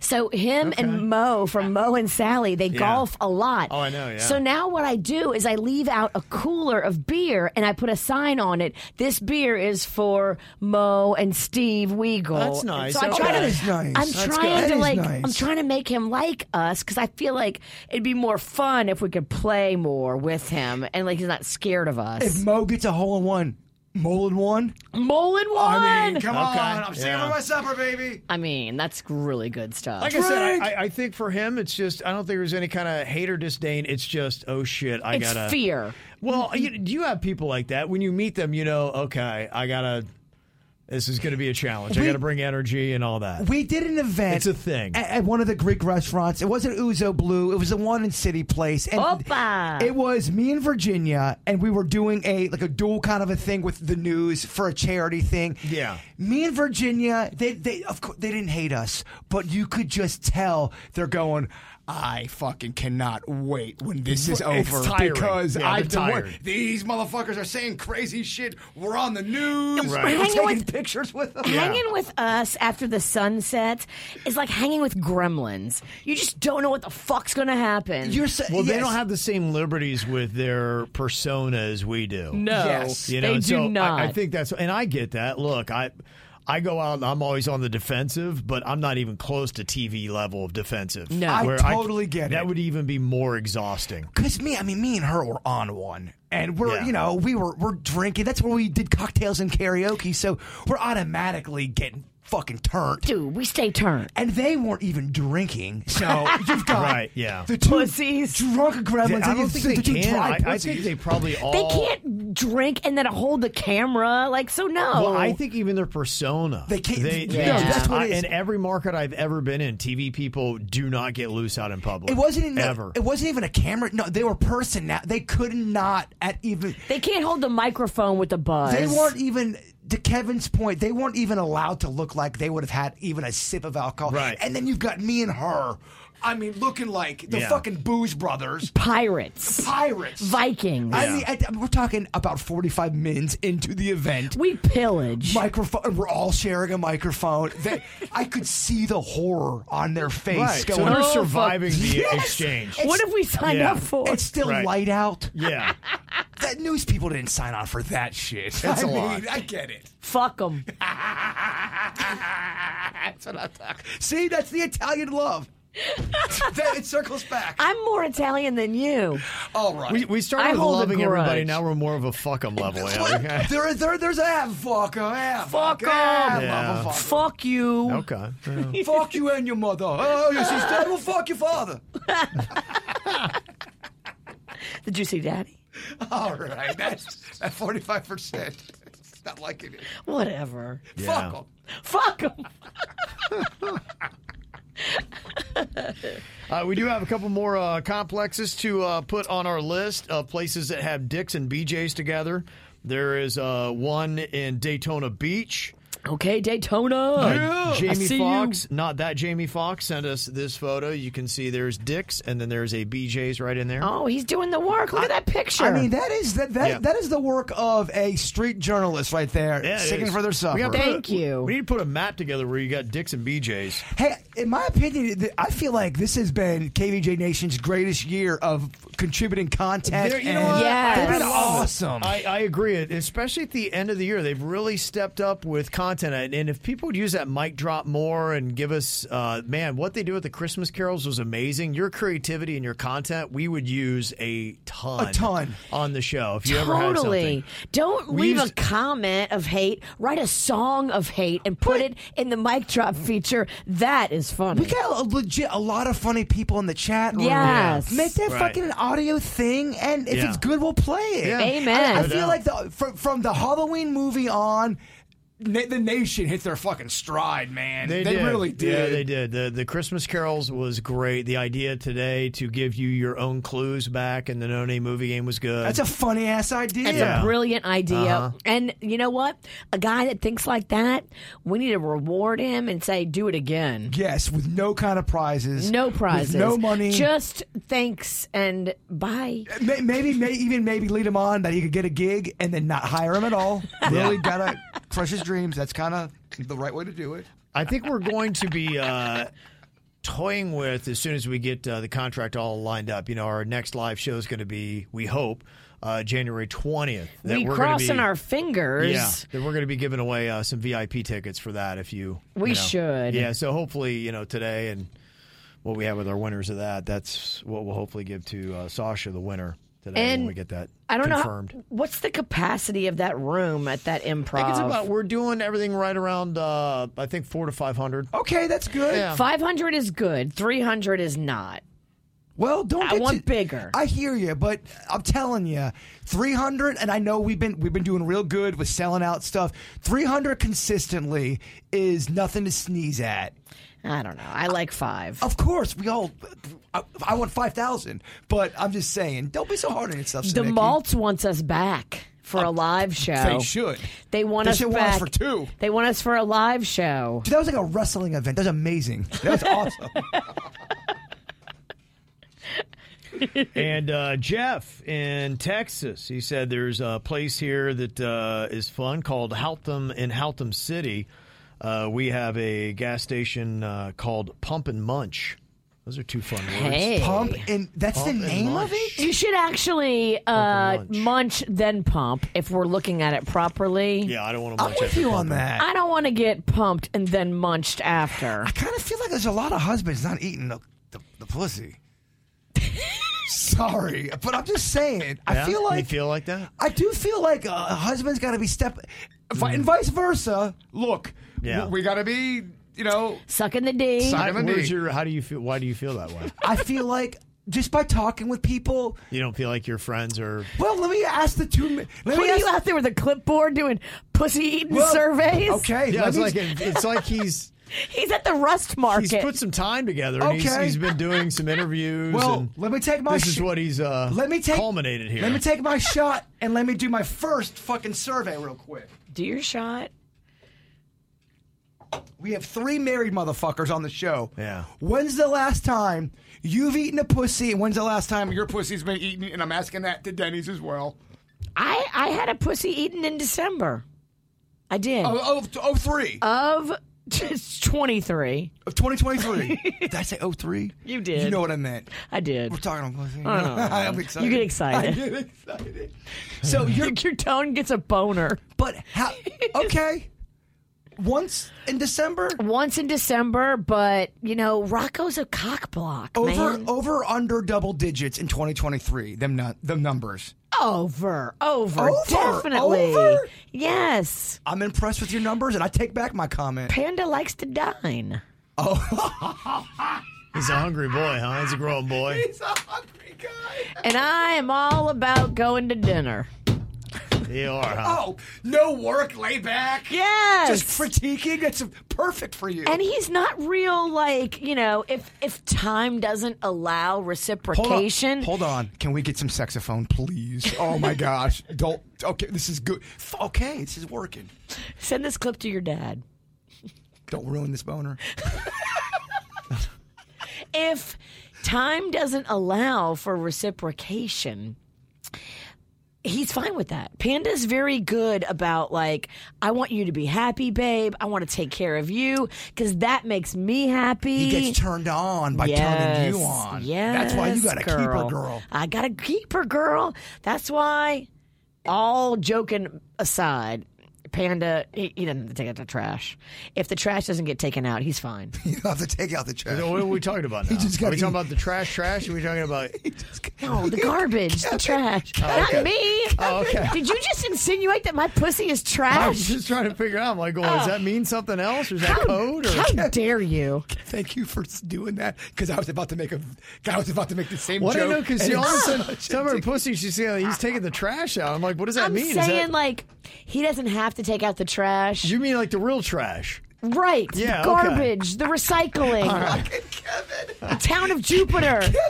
S4: So him and Mo from Mo and Sally, they golf a lot.
S3: Oh, I know, yeah.
S4: So now what I do is I leave out a cooler of beer and I put a sign on it. This beer is for Mo and Steve Weagle.
S3: That's nice.
S4: So I'm
S3: Okay.
S4: trying
S3: That
S4: to,
S5: is nice.
S4: I'm
S5: That's
S4: trying
S5: good.
S4: to
S5: That is
S4: like
S5: nice.
S4: I'm trying to make him like us because I feel like it'd be more fun if we could play more with him and like he's not scared of us.
S5: If Mo gets a hole in one, mole in one.
S4: Molin won.
S5: I mean, come
S3: Okay.
S5: on. I'm saving
S3: Yeah.
S5: my supper, baby.
S4: I mean, that's really good stuff.
S3: Like I said, I, I- I think for him, it's just I don't think there's any kind of hate or disdain. It's just oh shit, I
S4: it's
S3: gotta
S4: fear. Mm-hmm.
S3: Well, you, do you have people like that when you meet them? You know, okay, I gotta. This is going to be a challenge. I
S5: We-
S3: got to bring energy and all that.
S5: We did an event.
S3: It's a thing.
S5: At, at one of the Greek restaurants. It wasn't Uzo Blue. It was the one in City Place. And
S4: Opa!
S5: It was me and Virginia, and we were doing a like a dual kind of a thing with the news for a charity thing.
S3: Yeah.
S5: Me and Virginia, they they of course they didn't hate us, but you could just tell they're going. I fucking cannot wait when this
S3: It's
S5: is over
S3: tiring.
S5: because
S3: Yeah,
S5: I
S3: they're
S5: the one-
S3: tired.
S5: these motherfuckers are saying crazy shit. We're on the news.
S4: Right.
S5: We're
S4: Hanging
S5: taking
S4: with-
S5: pictures with them.
S4: Hanging with us after the sun sets is like hanging with gremlins. You just don't know what the fuck's gonna happen.
S5: You're so,
S3: well, they
S5: yes.
S3: don't have the same liberties with their persona as we do.
S4: no,
S5: Yes.
S3: you know,
S4: they
S3: and
S4: do
S3: so I-
S4: not.
S3: I, think that's, and I get that. Look, I, I go out. and I'm always on the defensive, but I'm not even close to TV level of defensive.
S4: No.
S5: I
S3: Where
S5: totally get
S3: That
S5: it.
S3: would even be more exhausting.
S5: Cause me, I mean, me and her were on one, and we're
S3: Yeah.
S5: you know we were we're drinking. That's where we did cocktails and karaoke, so we're automatically getting fucking turned.
S4: dude, we stay turned.
S5: And they weren't even drinking, so you've got
S3: Right, yeah.
S5: the two
S4: Pussies.
S5: drunk gremlins.
S3: I
S5: and
S3: don't
S5: the-
S3: think
S5: the
S3: they
S5: two
S3: can.
S5: dry
S3: I, I
S5: pussies.
S3: think they probably all.
S4: They can't drink and then hold the camera. Like so, no.
S3: Well, I think even their persona.
S5: They can't-
S3: They,
S5: no,
S3: they
S4: that's
S3: just-
S5: what it
S3: I-
S5: is.
S3: in every market I've ever been in, TV people do not get loose out in public.
S5: It wasn't even,
S3: ever.
S5: It wasn't even a camera. No, they were person. Now they could not at even.
S4: they can't hold the microphone with the buzz.
S5: They weren't even to Kevin's point, they weren't even allowed to look like they would have had even a sip of alcohol.
S3: Right.
S5: And then you've got me and her. I mean, looking like the
S3: Yeah.
S5: fucking Booze Brothers,
S4: Pirates,
S5: pirates.
S4: Vikings.
S5: I mean, I, we're talking about 45 minutes into the event.
S4: we pillage.
S5: Microphone. and We're all sharing a microphone. They, I could see the horror on their face.
S3: Right. So
S5: Going,
S3: they're
S4: Oh, fuck.
S3: surviving the
S5: Yes!
S3: exchange.
S4: what have we signed
S3: Yeah.
S4: up for?
S5: It's still
S3: Right.
S5: light out.
S3: Yeah.
S5: That news people didn't sign on for that shit.
S3: That's a
S5: I mean,
S3: lot.
S5: I get it.
S4: Fuck them.
S5: that's what I'm talking. See, that's the Italian love. that it circles back.
S4: I'm more Italian than you.
S5: All right.
S3: We, we started
S4: I hold a
S3: loving everybody.
S4: grudge.
S3: Now we're more of a fuck 'em level. Yeah,
S5: What?
S3: okay.
S5: There, there, there's a ah, fuck, ah, fuck, ah,
S3: Yeah.
S5: motherfucker.
S4: Fuck you.
S3: Okay. Yeah.
S5: fuck you and your mother. Oh, your sister. Well, fuck your father.
S4: Did you see Daddy?
S5: All right, that's at forty five percent. It's not like it is.
S4: Whatever.
S5: Fuck 'em.
S4: Fuck them.
S3: Uh, we do have a couple more uh, complexes to uh, put on our list of places that have dicks and BJ's together. There is uh, one in Daytona Beach.
S4: Okay, Daytona.
S3: Uh,
S4: I
S3: Jamie
S4: see you.
S3: Fox, not that Jamie Fox, sent us this photo. You can see there's dicks, and then there's a BJ's right in there.
S4: Oh, he's doing the work. Look at that picture.
S5: I mean, that is that that,
S3: Yeah.
S5: that is the work of a street journalist right there,
S3: Yeah, it
S5: sticking
S3: is.
S5: for their
S3: We
S5: supper.
S3: gotta put a-
S4: Thank you.
S3: We need to put a map together where you got dicks and BJ's.
S5: Hey, in my opinion, th- I feel like this has been KVJ Nation's greatest year of contributing content.
S3: There- you know
S5: and
S3: what?
S4: Yes.
S5: They've been
S4: I
S3: love it.
S5: awesome.
S3: I, I agree, It- especially at the end of the year. They've really stepped up with content, and, and if people would use that mic drop more and give us, uh, man, what they do with the Christmas carols was amazing. Your creativity and your content, we would use a ton,
S5: A ton.
S3: on the show. If you ever had
S4: Totally.
S3: something,
S4: Don't
S3: We
S4: leave
S3: used-
S4: a comment of hate. Write a song of hate and put it in the mic drop feature. That is funny.
S5: we got a legit a lot of funny people in the chat room.
S4: Yes.
S5: Make that
S3: Right.
S5: fucking an audio thing, and if
S3: Yeah.
S5: it's good, we'll play it.
S3: Yeah.
S4: Amen.
S5: I, I
S4: No
S5: feel
S3: doubt.
S5: like the, from, from the Halloween movie on, na- the nation hit their fucking stride, man. They,
S3: did.
S5: really did.
S3: Yeah, they did. The the Christmas carols was great. The idea today to give you your own clues back in the No Name movie game was good.
S5: That's a funny ass idea.
S4: That's a brilliant idea.
S5: Uh-huh.
S4: And you know what? A guy that thinks like that, we need to reward him and say, do it again.
S5: Yes, with no kind of prizes.
S4: No
S5: with
S4: prizes.
S5: no money.
S4: Just thanks and bye.
S5: May- Maybe, may even maybe lead him on that he could get a gig and then not hire him at all. Really gotta crush his dreams. That's kind of the right way to do it.
S3: I think we're going to be uh, toying with as soon as we get uh, the contract all lined up. You know, our next live show is going to be, we hope, uh, January twentieth. we're
S4: we
S3: gonna
S4: crossing
S3: be-
S4: our fingers.
S3: yeah, that we're going to be giving away uh, some VIP tickets for that. If you,
S4: We
S3: you know.
S4: should.
S3: yeah. So hopefully, you know, today and what we have with our winners of that, that's what we'll hopefully give to uh, Sasha, the winner today
S4: And
S3: when we get that.
S4: I don't
S3: confirmed.
S4: know. What's the capacity of that room at that improv?
S3: I think it's about we're doing everything right around uh, I think four to five hundred.
S5: Okay, that's good.
S4: 500 is good, 300 is not.
S5: Well, don't.
S4: I
S5: get
S4: want
S5: too-
S4: bigger.
S5: I hear you, but I'm telling you, 300. And I know we've been we've been doing real good with selling out stuff. 300 consistently is nothing to sneeze at.
S4: I don't know. I like five.
S5: Of course, we all. I, I want 5,000, but I'm just saying, don't be so hard on yourself.
S4: the
S5: Sinicky.
S4: Maltz wants us back for a live show.
S5: Oh, They should.
S4: They want
S5: They
S4: us
S5: should
S4: back
S5: want us for two.
S4: They want us for a live show.
S5: Dude, that was like a wrestling event. That was amazing. That was awesome.
S3: And uh, Jeff in Texas, he said there's a place here that uh, is fun called Haltham in Haltham City. Uh, we have a gas station uh, called Pump and Munch. Those are two fun words.
S4: Hey,
S5: Pump and that's
S3: Pump and
S5: the name of
S3: munch.
S5: it.
S4: you should actually uh,
S3: and
S4: munch.
S3: munch.
S4: then pump if we're looking at it properly.
S3: Yeah, I don't want to
S5: I'm
S3: munch
S5: with
S3: after
S5: you on
S3: pumping.
S5: that. I,
S4: I don't want to get pumped and then munched after.
S5: kind of feel like there's a lot of husbands not eating the the, the pussy. Sorry, but I'm just saying. I
S3: Yeah?
S5: feel
S3: you
S5: like
S3: feel like that.
S5: I do feel like uh, a a husband's got to be step, vi- and vice versa. Look,
S3: Mm. Yeah.
S5: we got to be. You know,
S4: Sucking the D.
S5: Suck-
S3: How,
S5: I'm a
S3: where's
S5: D.
S3: your, how do you feel? Why do you feel that way?
S5: I feel like just by talking with people.
S3: You don't feel like your friends are.
S5: Well, let me ask the two. mi-
S4: What
S5: Let me
S4: are
S5: ask
S4: you out there with a clipboard doing pussy eating
S5: Well,
S4: surveys?
S5: Okay,
S3: Yeah,
S5: let
S3: it's
S5: me-
S3: like it's like he's
S4: He's at the rust market.
S3: he's put some time together. And he's,
S5: Okay.
S3: he's been doing some interviews.
S5: Well,
S3: and
S5: let me take my
S3: This is
S5: sh-
S3: what he's uh,
S5: Let me take
S3: culminated here.
S5: Let me take my shot and let me do my first fucking survey real quick.
S4: Do your shot.
S5: We have three married motherfuckers on the show.
S3: Yeah.
S5: When's the last time you've eaten a pussy? And when's the last time your pussy's been eaten? And I'm asking that to Denny's as well.
S4: I I had a pussy eaten in December. I did.
S3: Hmm.
S5: Oh, oh, t- oh three.
S4: Of it's 23.
S5: Of 2023. Did I say oh three?
S4: You did.
S5: You know what I meant.
S4: I did.
S5: We're talking on pussy.
S4: know.
S5: I'm excited.
S4: You get excited.
S5: I get excited. So you're,
S4: Your tone gets a boner.
S5: but how, okay. Once in December,
S4: Once in December, but you know, Rocco's a cock block.
S5: over,
S4: man.
S5: over, under double digits in 2023, them, nu- them numbers.
S4: over, over,
S5: Over,
S4: definitely.
S5: over?
S4: Yes.
S5: I'm impressed with your numbers and I take back my comment.
S4: Panda likes to dine.
S3: He's a hungry boy, huh? He's a grown boy.
S5: He's a hungry guy.
S4: And I am all about going to dinner.
S3: You are, huh?
S5: Oh, no work, lay back.
S4: Yes.
S5: Just critiquing. That's perfect for you.
S4: and he's not real like, you know, if if time doesn't allow
S5: Hold on.
S4: reciprocation.
S5: Hold on. Can we get some saxophone, please? Oh my gosh. Don't. Okay, this is good. F- Okay, this is working.
S4: Send this clip to your dad.
S5: Don't ruin this boner.
S4: if time doesn't allow for reciprocation, he's fine with that. Panda's very good about like, I want you to be happy, babe. I want to take care of you because that makes me happy.
S5: He gets turned on by turning you on.
S4: Yes,
S5: That's why you got to keep her,
S4: girl.
S5: girl.
S4: I got to keep her, girl. That's why. All joking aside, Panda he, he doesn't have to take out the trash. If the trash doesn't get taken out, he's fine.
S5: You have to take out the trash.
S3: So what are we talking about now?
S5: Oh. He just
S3: are
S5: got
S3: we talking
S5: eaten.
S3: about the trash trash? Are we talking about...
S4: No, the garbage, the trash. Not me.
S3: Oh, okay.
S4: Did you just insinuate that my pussy is
S3: I
S4: trash?
S3: was just trying to figure out. I'm like, well, does
S5: Oh.
S3: that mean something else? Or is that
S4: How,
S3: code? Or
S4: how dare you?
S5: Thank you for doing that because I was about to make a. I was about to make the same
S3: What do
S5: joke.
S3: I know? Because
S5: and
S3: all of a
S5: it's-
S3: sudden, some of her pussy, she's saying he's taking the trash out. I'm like, what does that
S4: I'm
S3: mean? Is that-
S4: saying like he doesn't have to take out the trash.
S3: you mean like the real trash?
S4: right.
S3: Yeah,
S4: the
S3: okay.
S4: garbage, the recycling. The town of Jupiter.
S5: Kevin,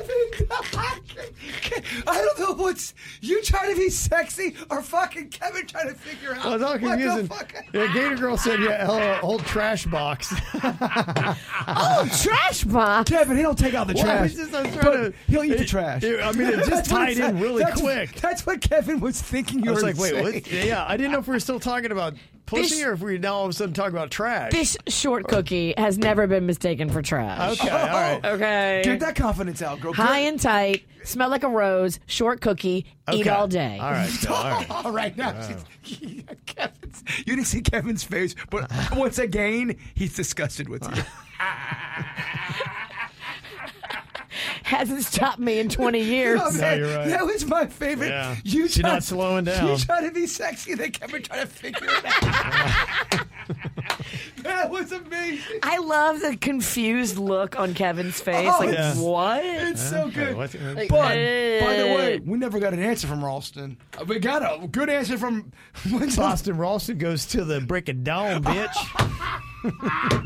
S5: I don't know what's you trying to be sexy or fucking Kevin trying to figure out.
S3: Well, it's all
S5: what the
S3: confusing.
S5: fuck-
S3: Yeah, Gator Girl said, yeah, hello, old trash box.
S4: oh, trash box.
S5: Kevin, he don't take out the
S3: Well, I
S5: trash.
S3: was just- I was trying
S5: but
S3: to-
S5: he'll eat the
S3: it-
S5: trash.
S3: it- I mean, it just
S5: That's what
S3: tied
S5: it's-
S3: in really
S5: that's-
S3: quick.
S5: That's what Kevin was thinking. You
S3: I was
S5: were
S3: like, wait,
S5: saying.
S3: what? Yeah, I didn't know if we were still talking about pussy
S4: This-
S3: or if we now all of a sudden talking about trash.
S4: This short cookie has never been mistaken for trash.
S3: Okay, all right.
S4: Okay.
S5: Get that confidence out, girl.
S4: High and tight, smell like a rose, short cookie, eat
S3: Okay.
S4: all day.
S3: All right, so, all right.
S5: All right, now she's- Kevin's, you didn't see Kevin's face, but once again, he's disgusted with you.
S4: Hasn't stopped me in 20 years.
S5: Oh, man,
S3: you're right.
S5: That was my favorite.
S3: Yeah.
S5: You
S3: She's
S5: try-
S3: not slowing down.
S5: You try to be sexy, they kept her trying to figure it out. that was amazing.
S4: I love the confused look on Kevin's face.
S5: Oh,
S4: like,
S5: yeah.
S4: what?
S5: It's so good.
S3: what's- uh,
S5: but by the way, we never got an answer from Ralston. Uh, We got a good answer from when's the-
S3: Boston Ralston goes to the brick and down, bitch.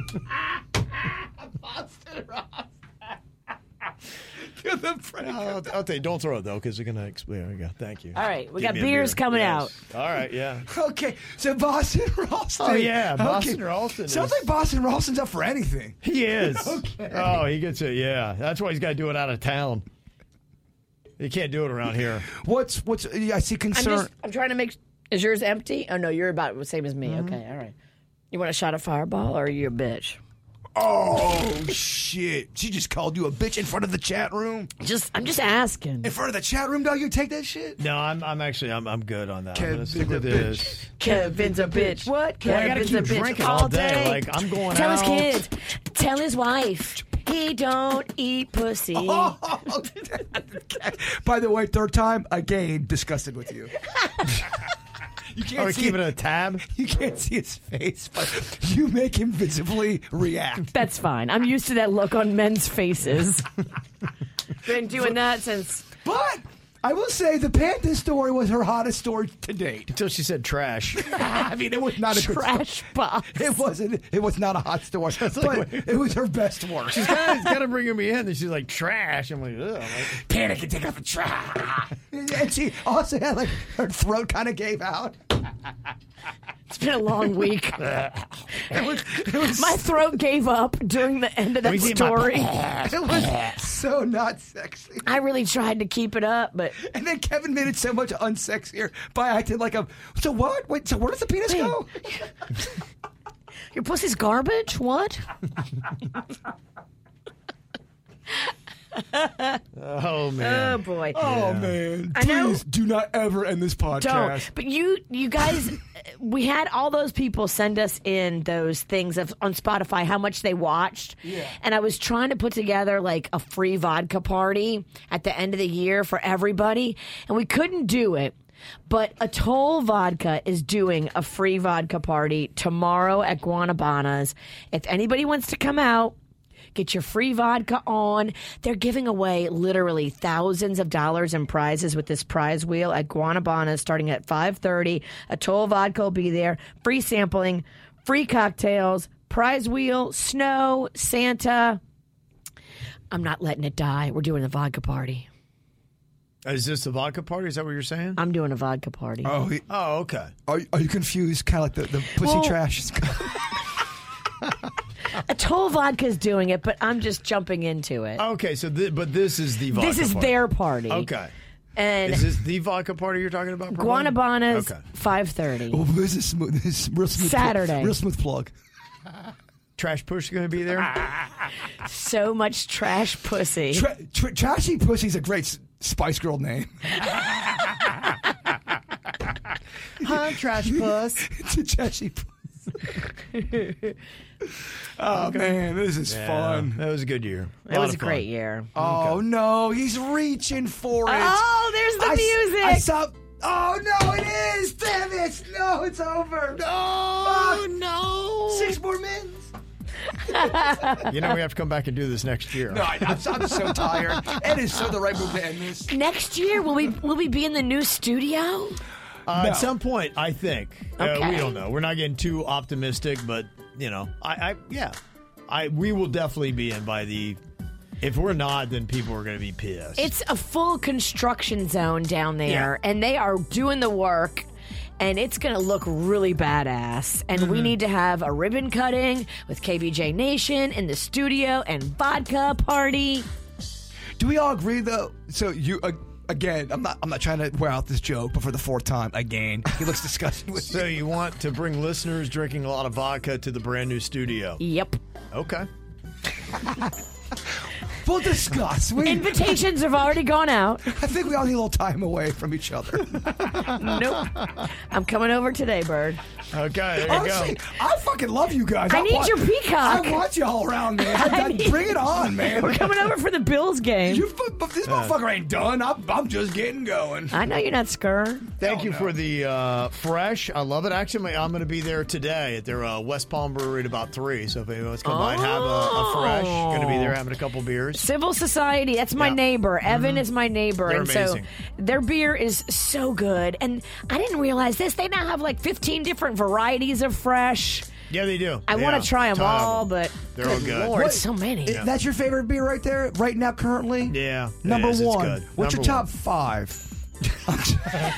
S5: to the friend.
S3: I'll, I'll tell you, don't throw it though, because we're gonna. Exp- there we go. Thank you.
S4: All right, we
S3: Give
S4: got
S3: me a
S4: beers coming
S3: Yes. All right, yeah.
S5: Okay, so Boston Ralston.
S3: Oh, yeah, Boston Ralston
S5: Sounds
S3: is-
S5: like Boston Ralston's up for anything.
S3: He is. Oh, he gets it. Yeah, that's why he's got to do it out of town. He can't do it around here.
S5: What's what's? I see
S4: I'm
S5: concern.
S4: just, I'm trying to make. Is yours empty? Oh no, you're about the same as me. Okay, all right. You want a shot of Fireball or are you a bitch?
S5: Oh shit! She just called you a bitch in front of the chat room.
S4: Just, I'm just asking.
S5: In front of the chat room, dog. You take that shit.
S3: No, I'm. I'm actually. I'm. I'm good on that. I'm
S5: Can't
S3: gonna
S5: be
S3: stick
S5: the
S3: with this.
S4: Kevin's a bitch. What?
S3: Well, I gotta
S4: Kevin's
S3: keep
S4: a bitch
S3: drinking
S4: all
S3: all day. Like, I'm going
S4: Tell
S3: out.
S4: his kids. Tell his wife. He don't eat pussy.
S3: Oh.
S5: By the way, third time again, disgusted with you. you
S3: Are
S5: can't
S3: Oh, we
S5: see.
S3: keeping a tab?
S5: you can't see his face, but you make him visibly react.
S4: That's fine. I'm used to that look on men's faces. Been doing that since.
S5: But I will say the Panther story was her hottest story to date.
S3: Until she said trash.
S5: I mean, it was not a good.
S4: Trash box.
S5: It wasn't. It was not a hot story, but it was her best work.
S3: She's kind of, kind of bringing me in, and she's like trash. I'm like, Ugh. I'm like,
S5: panic and take off a try. And she also had like her throat kind of gave out.
S4: It's been a long week. my throat gave up during the end of that story.
S5: it was so not sexy.
S4: I really tried to keep it up, but
S5: And then Kevin made it so much unsexier by acting like a. So what? Wait, so where does the penis go?
S4: your pussy's garbage. What?
S3: Oh
S4: Oh
S3: man.
S4: boy.
S5: Oh man!
S4: I know.
S5: Please do not ever end this podcast.
S4: Don't. But you, you guys, we had all those people send us in those things of, on Spotify how much they watched. Yeah. And I was trying to put together like a free vodka party at the end of the year for everybody, and we couldn't do it. But Atoll Vodka is doing a free vodka party tomorrow at Guanabanas. If anybody wants to come out, Get your free vodka on. They're giving away literally thousands of dollars in prizes with this prize wheel at Guanabana starting at 5:30. Atoll Vodka will be there. Free sampling, free cocktails, prize wheel, snow, Santa. I'm not letting it die. We're doing a vodka party. Uh,
S3: Is this the vodka party? Is that what you're saying?
S4: I'm doing a vodka party.
S5: Oh, he-
S3: Oh, okay.
S5: are, are you confused? Kind of like the, the pussy
S4: Well-
S5: trash.
S4: Atoll Vodka's doing it, but I'm just jumping into it.
S3: Okay, so th- but this is the Oh. vodka
S4: this is
S3: party.
S4: their party.
S3: Okay.
S4: And
S3: Is this the vodka party you're talking about? Perlon?
S4: Guanabana's
S3: Okay.
S4: 5:30.
S5: Oh, this is smooth. This is real smooth. pl-
S4: Saturday.
S5: real smooth plug.
S3: Trash Push going to be
S4: Ah.
S3: there?
S4: So much trash pussy.
S5: Tra- tra- trashy pussy's a great s- Spice Girl name.
S3: Huh, Trash Puss.
S5: it's a trashy. pussy. oh man, this is fun.
S3: That was a good year.
S4: It was a great year.
S5: Oh no, he's reaching for it.
S4: Oh, there's the
S5: I s-
S4: music.
S5: I saw. Oh no, it is. Damn it! No, it's over. No, no. Six more minutes.
S3: You know, we have to come back and do this next year.
S5: No, I, I'm, so- I'm so tired. It is so the right move to end this.
S4: Next year, will we will we be in the new studio?
S3: Uh, At some point, I think. Uh, we
S4: Okay.
S3: don't know. We're not getting too optimistic, but, you know, I, I yeah. I We will definitely be in by the. If we're not, then people are going to be pissed.
S4: It's a full construction zone down there, and they are doing the work. And it's going to look really badass. And we need to have a ribbon cutting with KBJ Nation in the studio and vodka party.
S5: Do we all agree though? So you uh, again, I'm not I'm not trying to wear out this joke, but for the fourth time again, he looks disgusted with
S3: so you want to bring listeners drinking a lot of vodka to the brand new studio?
S4: Yep.
S3: Okay.
S5: We'll discuss. We,
S4: Invitations have already gone out.
S5: I think we all need a little time away from each other.
S4: Nope. I'm coming over today, Bird.
S3: Okay, there
S4: Oh,
S3: you
S5: Honestly,
S3: go.
S5: I fucking love you guys.
S4: I need your peacock.
S5: I want you all around, man. I,
S4: I
S5: I-
S4: need-
S5: bring it on, man.
S4: We're coming over for the Bills game.
S5: You, fu- but this motherfucker ain't done. I'm, I'm just getting going.
S4: I know you're not scur.
S5: Oh,
S3: Thank you for the uh, fresh. I love it. Actually, I'm going to be there today at their uh, West Palm Brewery at about three. So if anyone wants to come by and have a, a fresh, going to be
S5: Oh.
S3: there having a couple beers.
S4: Civil Society. That's my
S3: Yeah. Mm-hmm.
S4: neighbor. Evan is my neighbor,
S3: They're
S4: and
S3: amazing.
S4: so their beer is so good. And I didn't realize this. They now have like 15 different varieties of fresh.
S3: Yeah, they do.
S4: I want to try them all, but
S3: They're all good.
S4: Lord,
S3: What-
S4: so many.
S5: I- That's your favorite beer right there, right now, currently.
S3: Yeah, it
S5: Number
S3: is. It's
S5: one.
S3: good.
S5: What's
S3: Number
S5: your top
S3: one.
S5: five?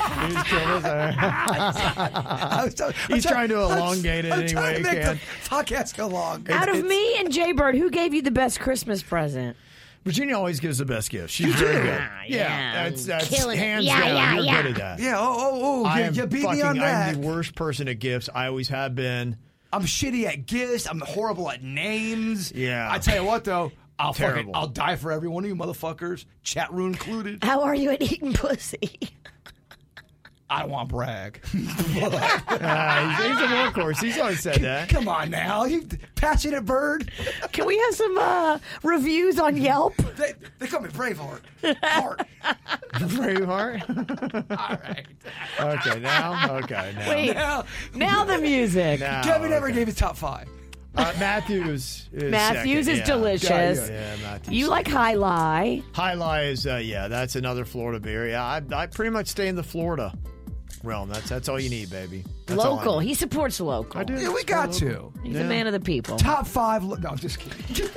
S3: but
S5: I was- I was
S3: He's trying to
S5: I was-
S3: elongate it
S5: I'm
S3: any
S5: trying
S3: way
S5: to
S3: he
S5: make
S3: can.
S5: The podcast go long.
S4: Out of me and Jaybird, who gave you the best Christmas present?
S3: Virginia always gives the best gifts. She's very good.
S5: Ah,
S4: yeah,
S3: that's, that's
S4: killing it.
S3: hands
S4: Yeah,
S3: down.
S4: yeah,
S3: You're
S4: yeah.
S3: good at that.
S5: Yeah. Oh, oh, oh.
S3: I
S5: You,
S3: am
S5: you beat
S3: fucking.
S5: me on that.
S3: I'm the worst person at gifts. I always have been.
S5: I'm shitty at gifts. I'm horrible at names.
S3: Yeah.
S5: I tell you what, though. I'll fucking,
S3: Terrible.
S5: I'll die for every one of you motherfuckers, chat room included.
S4: How are you at eating pussy?
S5: I don't want to brag. Ah,
S3: Uh, he's, he's a workhorse. He's always said that.
S5: Come on now, you passionate bird.
S4: Can we have some uh, reviews on Yelp?
S5: They, they call me Braveheart. Heart.
S3: Braveheart. All right. Okay. Now. Okay. Now.
S4: Wait,
S5: Now,
S4: now the music.
S3: Now,
S5: Kevin never
S3: Oh, okay.
S5: gave his top five.
S3: Uh, Matthews. Is
S4: Matthews
S3: second,
S4: is
S3: yeah.
S4: delicious.
S3: Yeah, Matthews.
S4: You like High Lie.
S3: High Lie is uh, yeah. That's another Florida beer. Yeah, I, I pretty much stay in the Florida realm. That's that's all you need, baby. That's all I
S4: local.
S3: need.
S4: He supports local.
S3: I do.
S5: Yeah, we got to.
S4: He's a man of the people.
S5: Top five. Lo- no, I'm just kidding.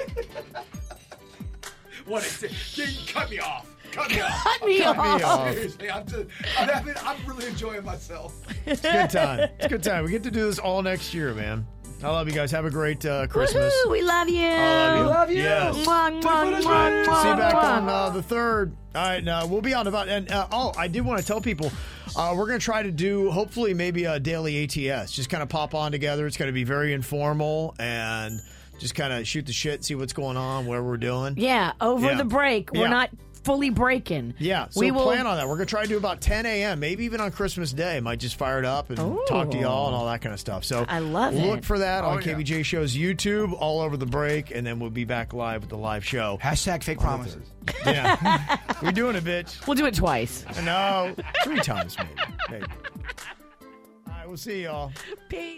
S5: what is it? You cut me off. Cut me off.
S4: Cut me
S3: Cut me
S4: off.
S3: off.
S5: Seriously, I'm, just, I'm, having, I'm really enjoying myself.
S3: It's a good time. It's a good time. We get to do this all next year, man. I love you guys. Have a great uh, Christmas.
S4: Woohoo, we love you.
S3: I
S5: love you.
S3: Yes.
S4: Mwah, mwah,
S3: See
S4: mwah,
S3: you
S4: mwah,
S3: back
S4: mwah.
S3: on uh, the third. All right, now we'll be on about. And uh, oh, I did want to tell people, uh, we're going to try to do hopefully maybe a daily ATS. Just kind of pop on together. It's going to be very informal and just kind of shoot the shit, see what's going on, where we're doing.
S4: Yeah, over
S3: Yeah.
S4: the break.
S3: Yeah.
S4: We're not fully breaking.
S3: Yeah, so
S4: we will.
S3: plan on that. We're gonna try to do about 10 a.m., maybe even on Christmas Day. Might just fire it up and talk to
S4: Ooh.
S3: y'all and all that kind of stuff. So
S4: I love
S3: Look
S4: it.
S3: for that on KBJ Show's YouTube all over the break, and then we'll be back live with the live show.
S5: Hashtag fake promises.
S3: Yeah, we're doing it, bitch.
S4: we'll do it twice.
S3: No, three times maybe. maybe. All right, we'll see y'all.
S4: Peace.